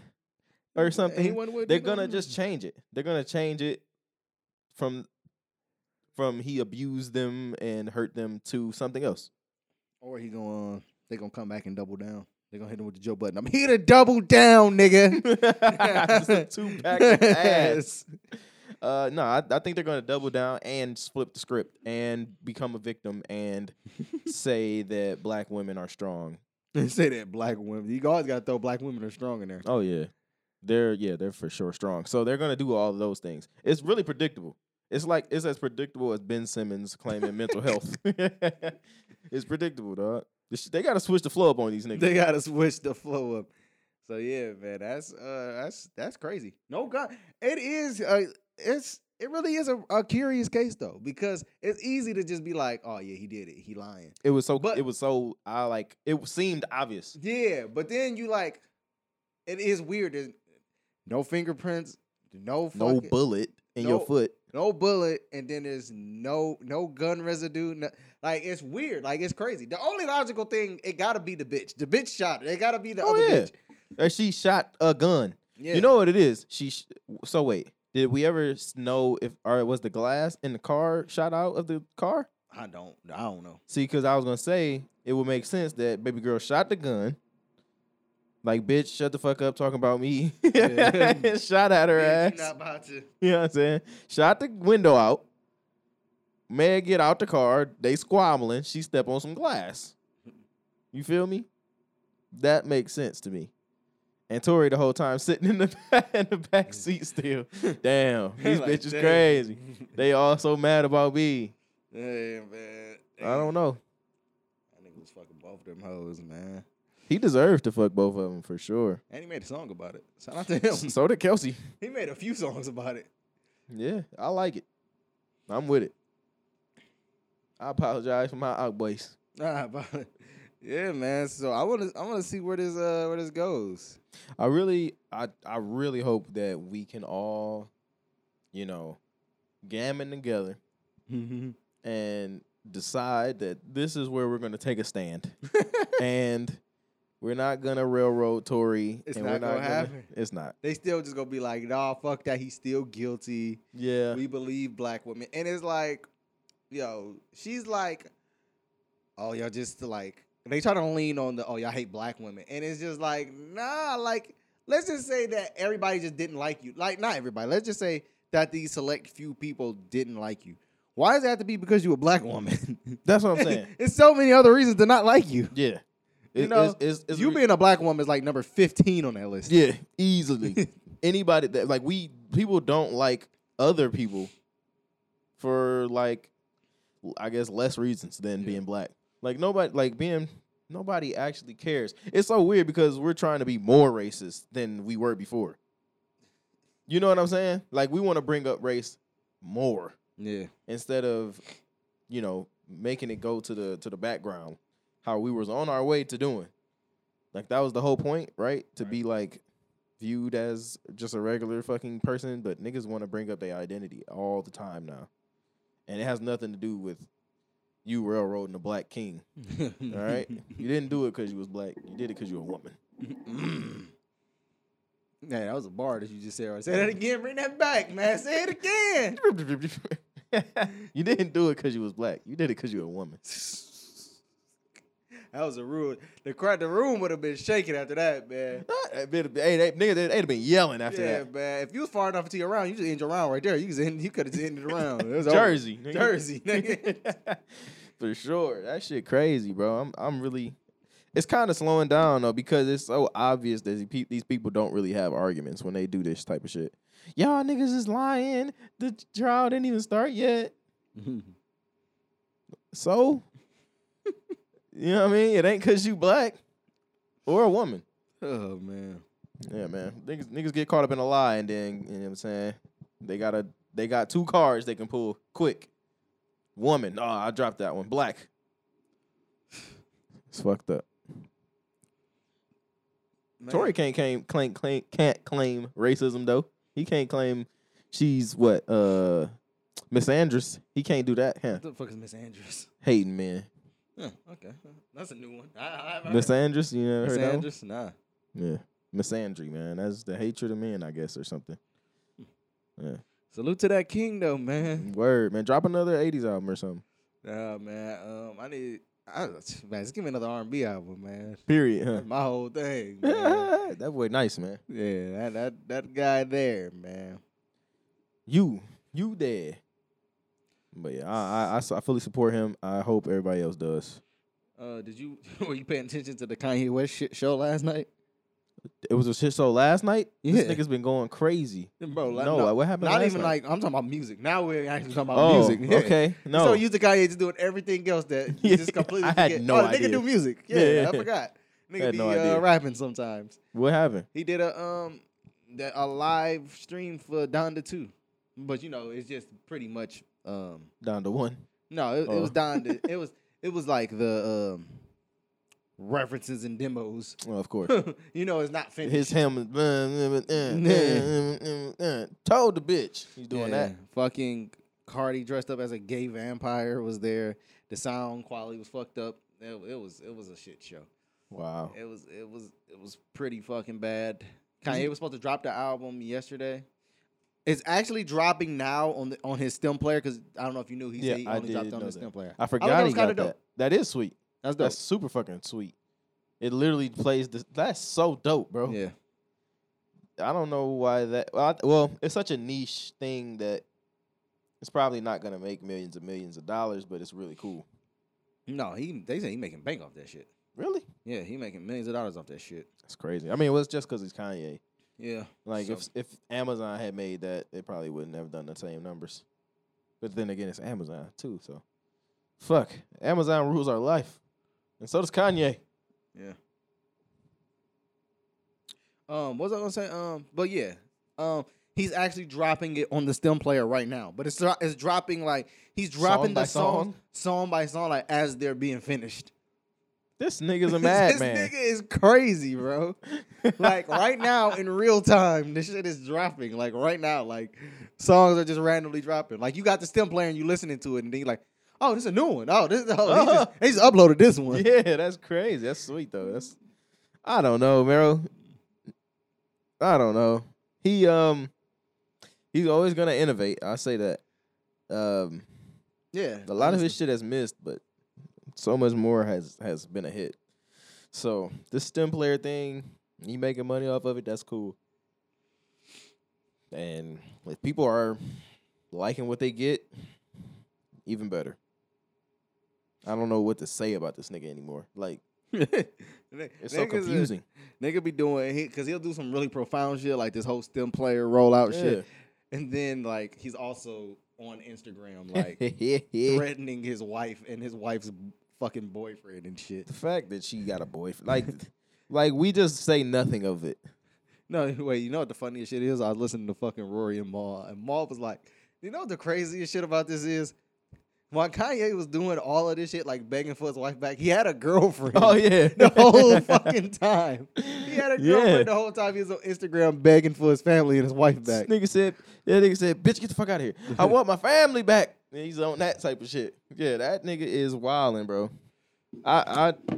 or something." they're gonna just change it. They're gonna change it from from he abused them and hurt them to something else.
or he gonna uh, they gonna come back and double down. They gonna hit him with the Joe Button. I'm here to double down, nigga.
Just a two pack of ass. Uh, no, I, I think they're gonna double down and flip the script and become a victim and say that black women are strong.
They say that black women. You always gotta throw black women are strong in there.
Oh yeah, they're yeah they're for sure strong. So they're gonna do all of those things. It's really predictable. It's like it's as predictable as Ben Simmons claiming mental health. it's predictable, dog. They gotta switch the flow up on these niggas.
They gotta switch the flow up. So yeah, man, that's uh that's that's crazy. No gun. It is uh it's it really is a, a curious case though, because it's easy to just be like, oh yeah, he did it, he lying.
It was so.
But-
it was so. I like. It seemed obvious.
Yeah, but then you like it is weird. There's no fingerprints, no
No
fucking-
bullet in your
No-
foot.
no bullet, and then there's no no gun residue. No, like it's weird. Like it's crazy. The only logical thing it gotta be the bitch. The bitch shot. her. It gotta be the
Oh,
other
yeah.
bitch.
Or she shot a gun.
Yeah.
You know what it is? She. Sh- so wait. Did we ever s- know if or was the glass in the car shot out of the car?
I don't. I don't know.
See, because I was gonna say it would make sense that baby girl shot the gun. Like bitch, shut the fuck up talking about me.
Yeah.
shot at her
Bitch,
ass.
you not about to.
You know what I'm saying? Shot the window out. Man get out the car. They squabbling. She step on some glass. You feel me? That makes sense to me. And Tori the whole time sitting in the in the back seat still. Damn, these
Like,
bitches
damn.
crazy. They all so mad about me.
Hey man.
I don't know.
That nigga was fucking both them hoes, man.
He deserved to fuck both of them for sure.
And he made a song about it. Shout out to him.
So did Kelsey.
he made a few songs about it.
Yeah, I like it. I'm with it. I apologize for my out boys.
Nah, but Yeah, man. So I want to I want to see where this uh where this goes.
I really, I, I really hope that we can all, you know, gammon together and decide that this is where we're going to take a stand, and we're not going to railroad Tory.
It's
and
not
we're
gonna happen.
It's not.
they still just gonna be like, nah, fuck that. He's still guilty.
Yeah.
We believe black women, and it's like, yo, she's like, oh, y'all just like they try to lean on the oh y'all hate black women, and it's just like nah, like let's just say that everybody just didn't like you, like not everybody. Let's just say that these select few people didn't like you. Why does it have to be because you a black woman?
That's what I'm saying.
it's so many other reasons to not like you.
Yeah.
You
It-
know,
it's, it's, it's
you
re-
being a black woman is like number fifteen on that list.
Yeah, easily. Anybody that like we people don't like other people for like I guess less reasons than
Yeah.
being black. Like nobody like being nobody actually cares. It's so weird because we're trying to be more racist than we were before. You know what I'm saying? Like we want to bring up race more
yeah,
instead of you know making it go to the to the background how we was on our way to doing like that was the whole point right to be like viewed as just a regular fucking person but niggas want to bring up their identity all the time now and it has nothing to do with you railroading the black king all right you didn't do it because you was black you did it because you a woman
Yeah, Mm. that was a bar that you just said. Say that again. Bring that back, man. Say it again.
you didn't do it because you was black you did it because you a woman
That was a rude. The crowd, the room would have been shaking after that, man.
hey they, nigga, they'd have been yelling after
yeah,
that
man. If you was far enough to your round, you just end your round right there. You just end, you could have just ended the round. It was over.
Jersey, nigga.
Jersey, nigga.
for sure. That shit crazy, bro. I'm I'm really. It's kind of slowing down though because it's so obvious that the pe- these people don't really have arguments when they do this type of shit. Y'all niggas is lying. The trial didn't even start yet. So, you know what I mean? It ain't cause you black or a woman.
oh man.
Yeah, man. Niggas, niggas get caught up in a lie and then you know what I'm saying? They got to they got two cards they can pull quick. Woman. Oh, I dropped that one. Black. It's fucked up.
man.
Tory can't claim, claim, claim can't claim racism though. He can't claim she's what uh Miss Andrus. He can't do that. Huh.
What the fuck is Miss Andrews?
Hating man.
Huh, okay, that's a new one. I, I haven't
Miss
heard.
Andrus, you never
Miss
heard that one?
Andrews, nah.
Yeah. Miss Andrew, man. That's the hatred of men, I guess, or something.
Salute to that king though, man.
Word, man. Drop another 80s album or something.
Nah, man. Um, I need. I, man, just give me another R&B album, man.
Period, huh?
That's my whole thing. Man.
that boy nice, man.
yeah, that, that that guy there, man.
You, you there. But yeah, I, I- I, s- I fully support him. I hope everybody else does.
Uh, did you were you paying attention to the Kanye West shit show last night,
It was a shit show last night. This
Yeah.
nigga's been going crazy.
bro?
No,
Like, no,
like, what happened?
not
last
even like
night?
I'm talking about music. Now we're actually talking about
oh,
music. Yeah.
okay, no,
So used to Kanye just doing everything else that you
Yeah,
just completely.
I had
forget.
no
oh, the
idea.
Nigga do music. Yeah,
Yeah.
I forgot. Nigga
Had
be
no
uh,
idea.
rapping sometimes.
what happened?
He did a um that a live stream for Donda two, but you know it's just pretty much um
Down to one.
No, it, it was
Oh.
Don. it was it was like the um, references and demos.
Well, of course,
you know, it's not finished.
his him is, uh, uh, uh, uh, uh, told the bitch he's doing
Yeah,
that.
Fucking Cardi dressed up as a gay vampire was there. The sound quality was fucked up. It, it was it was a shit show.
Wow,
It was it was it was pretty fucking bad. Kanye was supposed to drop the album yesterday. It's actually dropping now on the, on his stem player because I don't know if you knew he said
Yeah,
he
I
only dropped
did
it on
know
his
that.
stem player.
I
thought
forgot
that
he
was kinda
got that.
dope.
That is sweet.
That's dope.
That's super fucking sweet. It literally plays this. That's so dope, bro.
yeah.
I don't know why that. Well, I, well, it's such a niche thing that it's probably not gonna make millions and millions of dollars, but it's really cool.
No, he they say he making bank off that shit.
Really,
Yeah, he making millions of dollars off that shit.
that's crazy. I mean, it was just because he's Kanye.
Yeah.
Like
So-
if if Amazon had made that, they probably wouldn't have done the same numbers. But then again, it's Amazon too, so fuck. Amazon rules our life, and so does Kanye.
Yeah. Um, what was I gonna say? Um, but yeah, um, he's actually dropping it on the stem player right now. But it's dro- it's dropping like he's dropping
by
the song
song?
song by song like as they're being finished.
This nigga's a madman.
This nigga is crazy, bro. Like right now in real time, this shit is dropping. Like right now, like songs are just randomly dropping. Like you got the stem player and you listening to it, and then you're like, oh, this is a new one. Oh, this is oh, he, just, he just uploaded this one.
yeah, that's crazy. That's sweet though. That's I don't know, Meryl. I don't know. He um he's always gonna innovate. I say that. Um
Yeah,
a lot of his shit has missed, but so much more has has been a hit. So this stem player thing, you making money off of it, that's cool. And if people are liking what they get, even better. I don't know what to say about this nigga anymore. Like it's so confusing.
Nigga be doing he, cause he'll do some really profound shit like this whole stem player
Oh,
rollout shit, and then like he's also on Instagram like
yeah.
threatening his wife and his wife's fucking boyfriend and shit.
The fact that she got a boyfriend, like, like we just say nothing of it.
No, wait, you know what the funniest shit is? I was listening to fucking Rory and Maul, and Maul was like, you know what the craziest shit about this is? While Kanye was doing all of this shit, like begging for his wife back, he had a girlfriend.
Oh, yeah,
The whole fucking time. He had a girlfriend
Yeah.
the whole time he was on Instagram begging for his family and his wife
This
back.
nigga said, that nigga said, bitch, get the fuck out of here. I want my family back. And he's on that type of shit. Yeah, that nigga is wilding, bro. I, I,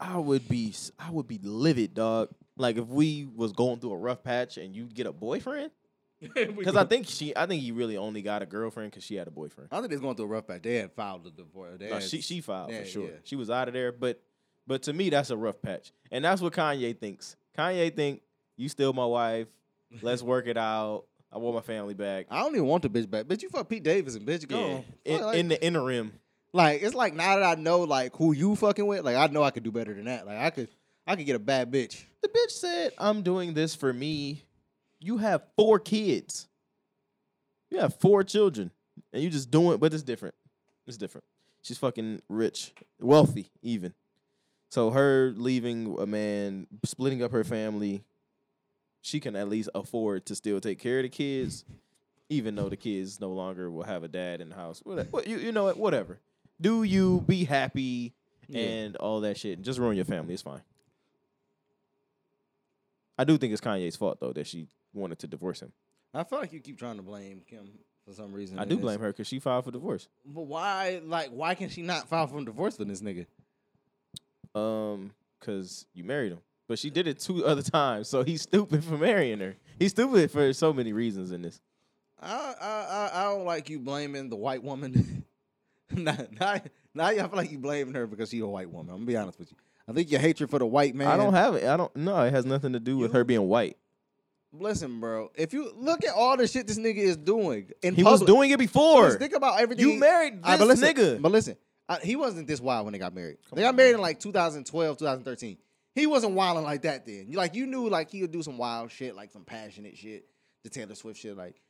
I would be, s- I would be livid, dog. Like if we was going through a rough patch and you get a boyfriend, because I think she, I think he really only got a girlfriend because she had a boyfriend.
I don't think it's going through a rough patch. They had filed a divorce. They
No,
had-
she she filed
yeah,
for sure.
yeah.
She was out of there, but but to me that's a rough patch, and that's what Kanye thinks. Kanye think you still my wife. Let's work it out. I want my family back.
I don't even want the bitch back. Bitch, you fuck Pete Davidson, bitch. Go.
Yeah.
on.
In,
Fuck, like-
in the interim,
Like it's like now that I know like who you fucking with, like I know I could do better than that. Like I could I could get a bad bitch.
the bitch said, "I'm doing this for me." You have four kids. You have four children, and you just doing. But it's different. It's different. She's fucking rich, wealthy, even. So her leaving a man, splitting up her family, she can at least afford to still take care of the kids, even though the kids no longer will have a dad in the house. Whatever. You, you know what? Whatever. Do you be happy
Yeah.
and all that shit? Just ruin your family. It's fine. I do think it's Kanye's fault though that she wanted to divorce him.
I feel like you keep trying to blame Kim for some reason.
I do blame her because she filed for divorce.
But why like why can she not file for divorce for this nigga?
Um, because you married him, but she did it two other times, so he's stupid for marrying her. He's stupid for so many reasons in this.
I I I, I don't like you blaming the white woman. now, now, now I feel like you blaming her because she a white woman. I'm gonna be honest with you. I think your hatred for the white man.
I don't have it. I don't. No, it has nothing to do with
You-
her being white.
Listen, bro. If you look at all the shit this nigga is doing, in
He was
public,
doing it before.
Just think about everything.
You
he-
married
All right,
this
but listen,
nigga.
But listen, I, he wasn't this wild when they got married.
Come
they got
on,
married
man.
in like 2012, 2013. He wasn't wilding like that then. You like you knew like he would do some wild shit, like some passionate shit, the Taylor Swift shit. Like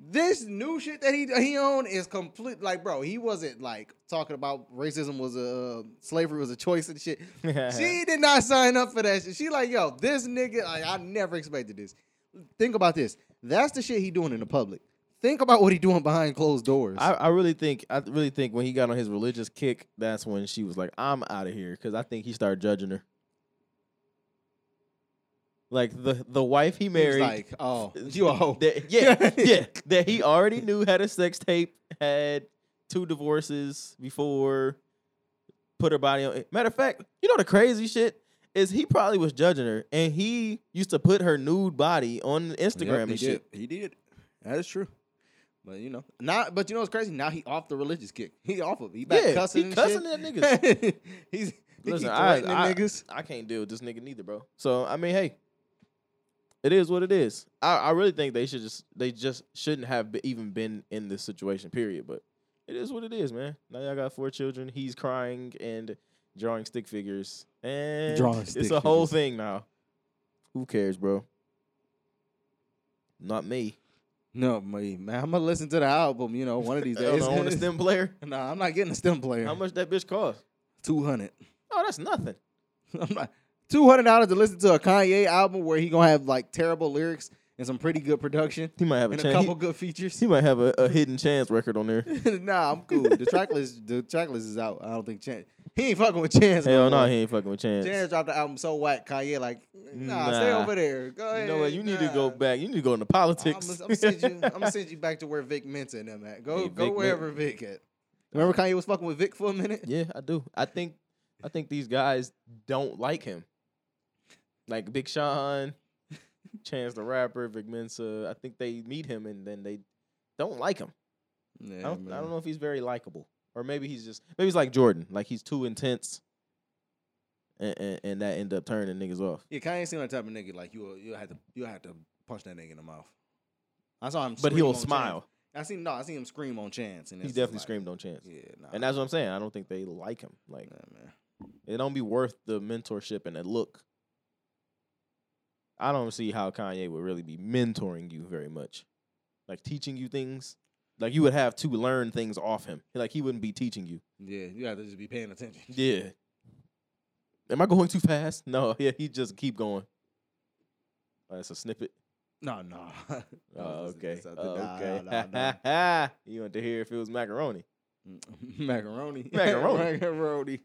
this new shit that he he owned is complete. Like bro, he wasn't like talking about racism was a uh, slavery was a choice and shit.
Uh-huh.
She did not sign up for that shit. She like, yo, this nigga, like, I never expected this. Think about this. That's the shit he doing in the public. Think about what he doing behind closed doors.
I, I really think I really think when he got on his religious kick, that's when she was like, "I'm out of here," because I think he started judging her. Like the the wife he
He was
married,
like, oh, you a hoe.
that- yeah, yeah, that he already knew had a sex tape, had two divorces before, put her body on. eh, Matter of fact, you know the crazy shit is he probably was judging her, and he used to put her nude body on Instagram
Yep, he
and shit.
Did. He did. That is true. But you know, now, but you know what's crazy? Now he off the religious kick. He off of. He back
Yeah,
cussing.
he
and
cussing
shit.
at niggas.
He's he
Listen,
keep
I-
threatening
I-
niggas.
I can't deal with this nigga neither, bro. So I mean, hey, it is what it is. I, I really think they should just they just shouldn't have be, even been in this situation. Period. But it is what it is, man. Now y'all got four children. He's crying and drawing stick figures, and
Drawing
it's a
stick
whole
figures.
thing now. Who cares, bro? Not me.
No, man, man, I'm gonna listen to the album. You know, one of these
I don't
days.
know, on the stem player.
nah, I'm not getting a stem player.
How much that bitch cost?
Two hundred.
Oh, that's nothing.
I'm not two hundred dollars to listen to a Kanye album where he gonna have like terrible lyrics and some pretty good production
He might have a
and a
chance.
couple
He,
good features.
he might have a, a hidden chance record on there.
nah, I'm cool. The track list, the track list is out. I don't think Chan. He ain't fucking with Chance.
Hell no,
more.
he ain't fucking with Chance.
Chance dropped the album so whack. Kanye like, nah, stay
Nah.
over there. Go
you
ahead.
know what? You need to go
nah."
back. You need to go into
I'm
politics.
gonna send you. I'm gonna send you back to where Vic Mensa and them at. Go,
Hey,
go
Vic Min-
wherever Vic at. Remember Kanye was fucking with Vic for a minute.
Yeah, I do. I think I think these guys don't like him. Like Big Sean, Chance the Rapper, Vic Mensa. I think they meet him and then they don't like him.
Yeah,
I don't I don't
man.
know if he's very likable. Or maybe he's just maybe he's like Jordan. Like he's too intense. And, and, and that end up turning niggas off.
Yeah, Kanye seem like the type of nigga like you. You have to. You have to punch that nigga in the mouth. I saw him.
But
scream on
he'll
Chance.
smile.
I seen no. I seen him scream on Chance. And
He
it's just
definitely
like,
screamed on Chance.
Yeah, nah.
And that's what I'm saying. I don't think they like him. Like
Nah, man.
It don't be worth the mentorship and a look. I don't see how Kanye would really be mentoring you very much. Like teaching you things. Like you would have to learn things off him. Like he wouldn't be teaching you.
Yeah, you have to just be paying attention.
Yeah. Am I going too fast? No, yeah, he just keep going. Oh, that's a snippet.
No, no.
Oh, okay.
Nah,
Oh,
nah,
okay.
nah, nah.
you want to hear if it was macaroni.
Mm, Macaroni.
Macaroni.
Macaroni.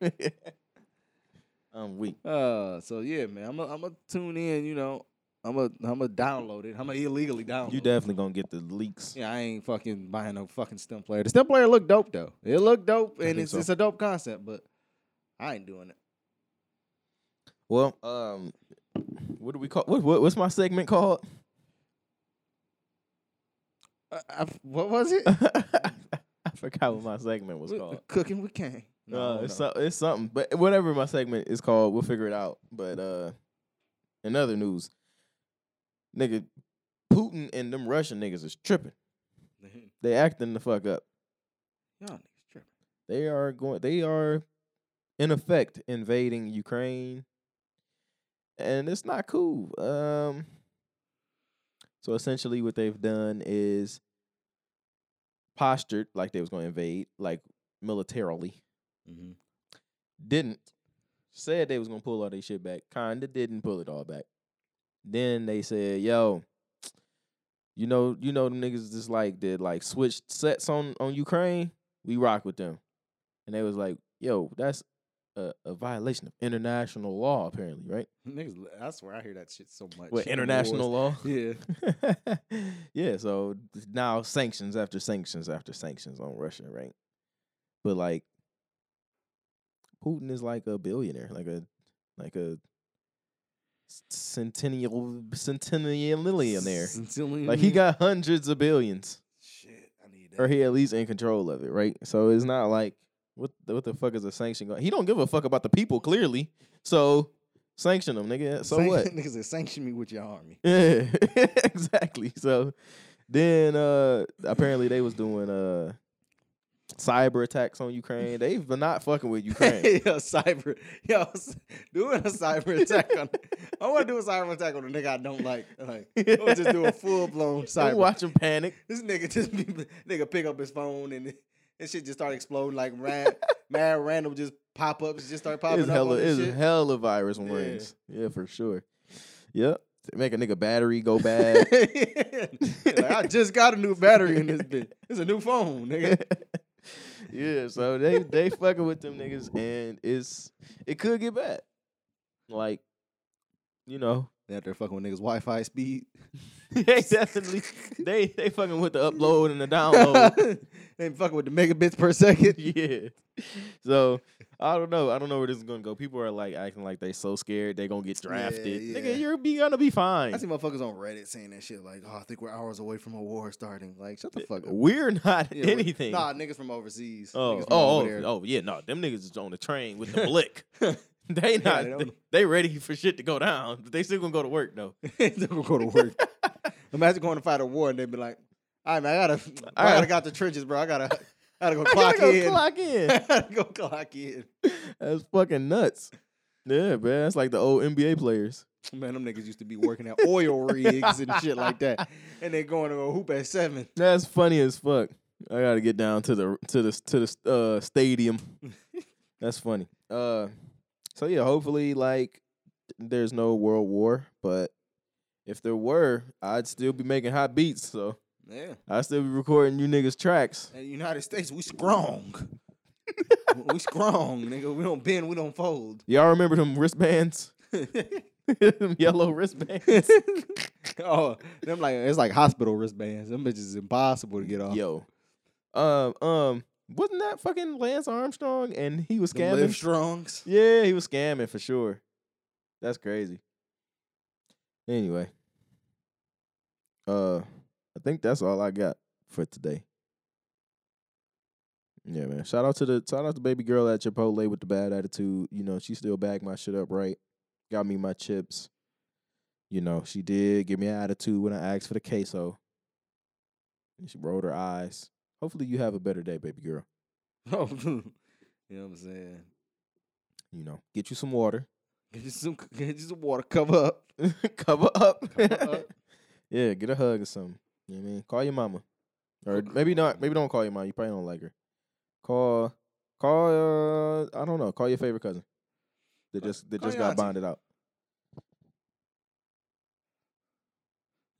I'm weak.
Uh, so yeah, man, I'm gonna I'm gonna tune in. You know, I'm gonna I'm gonna download it. I'm gonna illegally download.
You
it.
definitely gonna get the leaks.
Yeah, I ain't fucking buying no fucking stem player. The stem player looked dope though. It looked dope,
I
and
think
it's
so.
it's a dope concept, but I ain't doing it.
Well, um, what do we call what, what what's my segment called?
Uh, I, I, what was it?
I forgot what my segment was called.
Cooking with Kane.
uh, it's, so- it's something, but whatever my segment is called, we'll figure it out. But uh, in other news, nigga, Putin and them Russian niggas is tripping.
Man,
They acting the fuck up.
Y'all niggas tripping.
They are going. They are, in effect, invading Ukraine, and it's not cool. Um. So essentially, what they've done is postured like they was going to invade, like militarily.
Mm-hmm.
Didn't said they was going to pull all their shit back. Kinda didn't pull it all back. Then they said, "Yo, you know, you know, them niggas just like did like switched sets on on Ukraine. We rock with them." And they was like, "Yo, that's a, a violation of international law, apparently, right?
Niggas, li- I swear I hear that shit so much.
What
in
Mm-hmm. international
wars.
law?
Yeah.
yeah, so now sanctions after sanctions after sanctions on Russia, right? But like Putin is like a billionaire, like a like a s- centennial centennial
Sicilian
Like he got hundreds of billions.
Shit, I need that.
Or he at least in control of it, right? So it's not like what the, what the fuck is a sanction going? He don't give a fuck about the people clearly. So sanction them, nigga. So
Sanction-
what?
Niggas said, sanction me with your army.
Yeah, exactly. So then uh apparently they was doing uh cyber attacks on Ukraine. They've been not fucking with Ukraine.
yo, cyber, yo, s- doing a cyber attack on. I want to do a cyber attack on a nigga I don't like. Like, I wanna just do a full blown
I'm
cyber.
watching panic.
This nigga just be, nigga pick up his phone and and shit just start exploding like ran, mad random just pop ups just start popping
It's
up
hella
on this
it's
shit.
hella virus
Yeah.
warnings. Yeah. for sure. Yep. Make a nigga battery go bad.
like, I just got a new battery in this bitch. It's a new phone, nigga.
yeah, so they they fucking with them niggas and it's it could get bad. Like, you know,
They out there fucking with niggas Wi-Fi speed.
they definitely they they fucking with the upload and the download.
they fucking with the megabits per second.
yeah. So I don't know. I don't know where this is gonna go. People are like acting like they so scared they gonna get drafted.
Yeah, yeah.
Nigga, you're be gonna be
I
fine.
see motherfuckers on Reddit saying that shit like, "Oh, I think we're hours away from a war starting." Like, shut the fuck up.
We're not
Yeah, we're-
anything.
Nah, niggas from overseas.
oh,
niggas
oh,
from over
oh,
there.
oh, yeah. No, them niggas is on the train with the blick. they
Yeah,
not.
they
they,
don't-
ready for shit to go down. But they still gonna go to work though.
they gonna go to work. Imagine going to fight a war and they'd be like, "All right, man, I gotta, I
All
gotta
right.
got the trenches, bro. I gotta, I gotta go
I
clock
gotta go
in.
Clock in.
I gotta go clock in."
That's fucking nuts. Yeah, man. That's like the old NBA players.
Man, them niggas used to be working at oil rigs and shit like that, and they going to go hoop at seven.
That's funny as fuck. I gotta get down to the to the to the uh, stadium. That's funny. Uh, so yeah, hopefully like there's no world war, but if there were, I'd still be making hot beats. So
Yeah,
I'd still be recording you niggas tracks.
and the United States, we strong. we strong, nigga. We don't bend, we don't fold.
Y'all remember them wristbands? them yellow wristbands.
oh, them like it's like hospital wristbands. Them bitches is impossible to get off.
Yo. Um, um, wasn't that fucking Lance Armstrong and he was
Them live
scamming?
strongs.
Yeah, he was scamming for sure. That's crazy. Anyway. Uh I think that's all I got for today. Yeah, man. Shout out to the shout out to baby girl at Chipotle with the bad attitude. You know, she still bagged my shit up right. Got me my chips. You know, she did give me an attitude when I asked for the queso. And she rolled her eyes. Hopefully you have a better day, baby girl.
Oh, you know what I'm saying?
You know, get you some water.
Get you some, get you some water, cover up.
cover up.
Cover up.
yeah, get a hug or something. You know what I mean? Call your mama. Or maybe not maybe don't call your mom. You probably don't like her. Call call uh I don't know, call your favorite cousin. That
Call-
just that
call
just
your
got
auntie.
bonded out.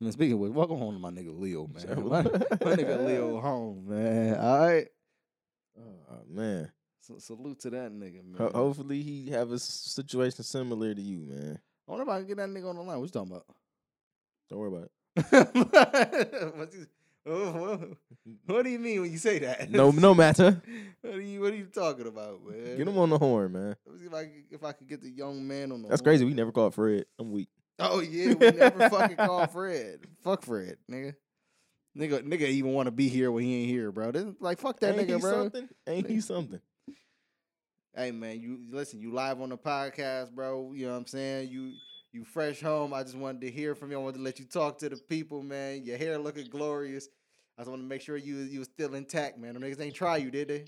And speaking of which, welcome home to my nigga Leo, Oh, man. My, my nigga Leo home, man. All right.
Oh man.
So, salute to that nigga, man.
Ho- hopefully he have a s- situation similar to you, man.
I wonder if I can get that nigga on the line. What you talking about?
Don't worry about it.
what, you- what- what- what do you mean when you say that?
No no matter.
What are you What are you talking about, man?
Get him on the horn, man.
Let me see if I could- if I could get the young man on the.
That's
horn.
crazy. We never called Fred. I'm weak.
Oh yeah, we never fucking call Fred. Fuck Fred, nigga. Nigga, nigga even want to be here when he ain't here, bro. This, like fuck that
Ain't
nigga,
he
bro.
something? Ain't he
Nigga.
something?
Hey man, you listen, you live on the podcast, bro. You know what I'm saying? You you fresh home. I just wanted to hear from you. I wanted to let you talk to the people, man. Your hair looking glorious. I just wanted to make sure you you was still intact, man. Them niggas ain't try you, did they?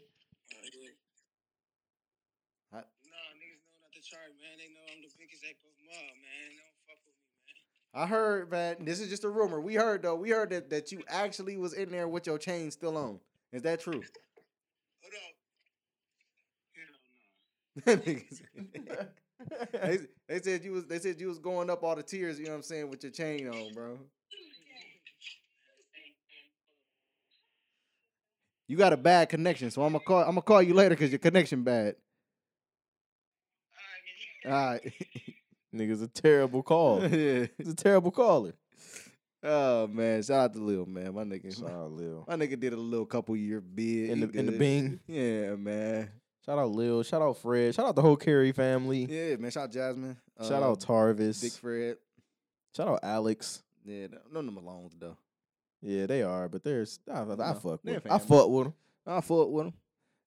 Nah, niggas know not to chart, man. They know I'm the biggest ape of them all, man. They Don't fuck with me, man.
I heard, man. This is just a rumor. We heard though. We heard that that you actually was in there with your chain still on. Is that true?
Hold up. Hell no.
Niggas- they, they said you was they said you was going up all the tiers, you know what I'm saying, with your chain on, bro. You got a bad connection, so I'm gonna call I'm gonna call you later cuz your connection bad. All right.
Nigga's a terrible call.
yeah.
He's a terrible caller.
Oh man, shout out to Lil, man. My nigga. uh,
Shout out Lil.
My nigga did a little couple year bid
In
he
the in the
good.
Bing.
Yeah, man.
Shout out Lil. Shout out Fred. Shout out the whole Carey family.
Yeah, man. Shout out Jasmine.
Shout
Uh,
out Tarvis.
Big Fred.
Shout out Alex.
Yeah, none of them Malones though.
Yeah, they are, but there's I, I, I
No,
fuck
they're
with. 'em. I
family.
fuck with them.
I fought with him.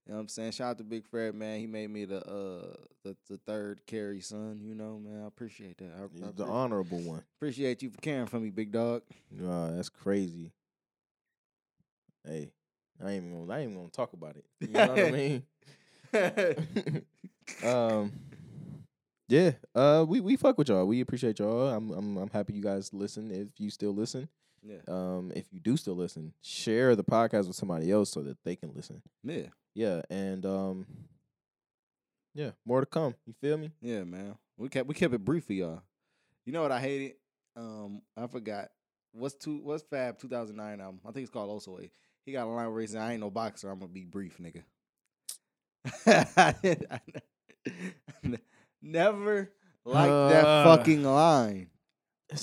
You know what I'm saying? Shout out to Big Fred, man. He made me the uh the, the third carry son, you know, man. I appreciate that. I, I
The
appre-
honorable one.
appreciate you for caring for me, big dog.
Nah, that's crazy. Hey, I ain't even gonna, I ain't even gonna talk about it. You know what I mean? um, yeah. Uh, we we fuck with y'all. We appreciate y'all. I'm I'm I'm happy you guys listen. If you still listen,
yeah.
um, if you do still listen, share the podcast with somebody else so that they can listen.
Yeah.
Yeah, and um, yeah, more to come. You feel me?
Yeah, man. We kept we kept it brief for y'all. You know what I hated? Um, I forgot. What's two what's Fab 2009 album? I think it's called Also A. He got a line where he said, I ain't no boxer, I'm gonna be brief, nigga. I did- I ne- Never liked that
Uh.
fucking line.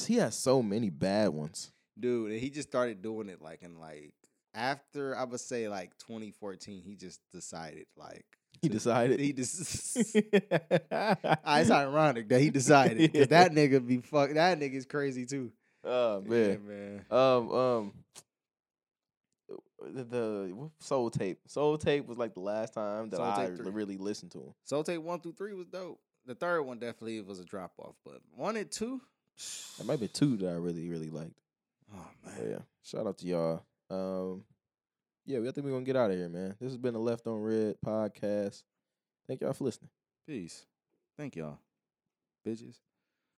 He has so many bad ones.
Dude, and he just started doing it like in like after I would say like 2014, he just decided like
He
to-
decided.
he just Ah, it's ironic that he decided because that nigga be fuck. That nigga is crazy too.
oh
Yeah,
man.
man.
Um, um, the, the what- Soul Tape. Soul Tape was like the last time that
Soul
I
Tape three.
really listened to him.
So take one through three was dope. The third one definitely was a drop off, but one and two.
There might be two that I really really liked.
Oh man,
But yeah, shout out to y'all. Um, yeah, we I think we're gonna get out of here, man. This has been the Left on Red podcast. Thank y'all for listening.
peace. Thank y'all, bitches.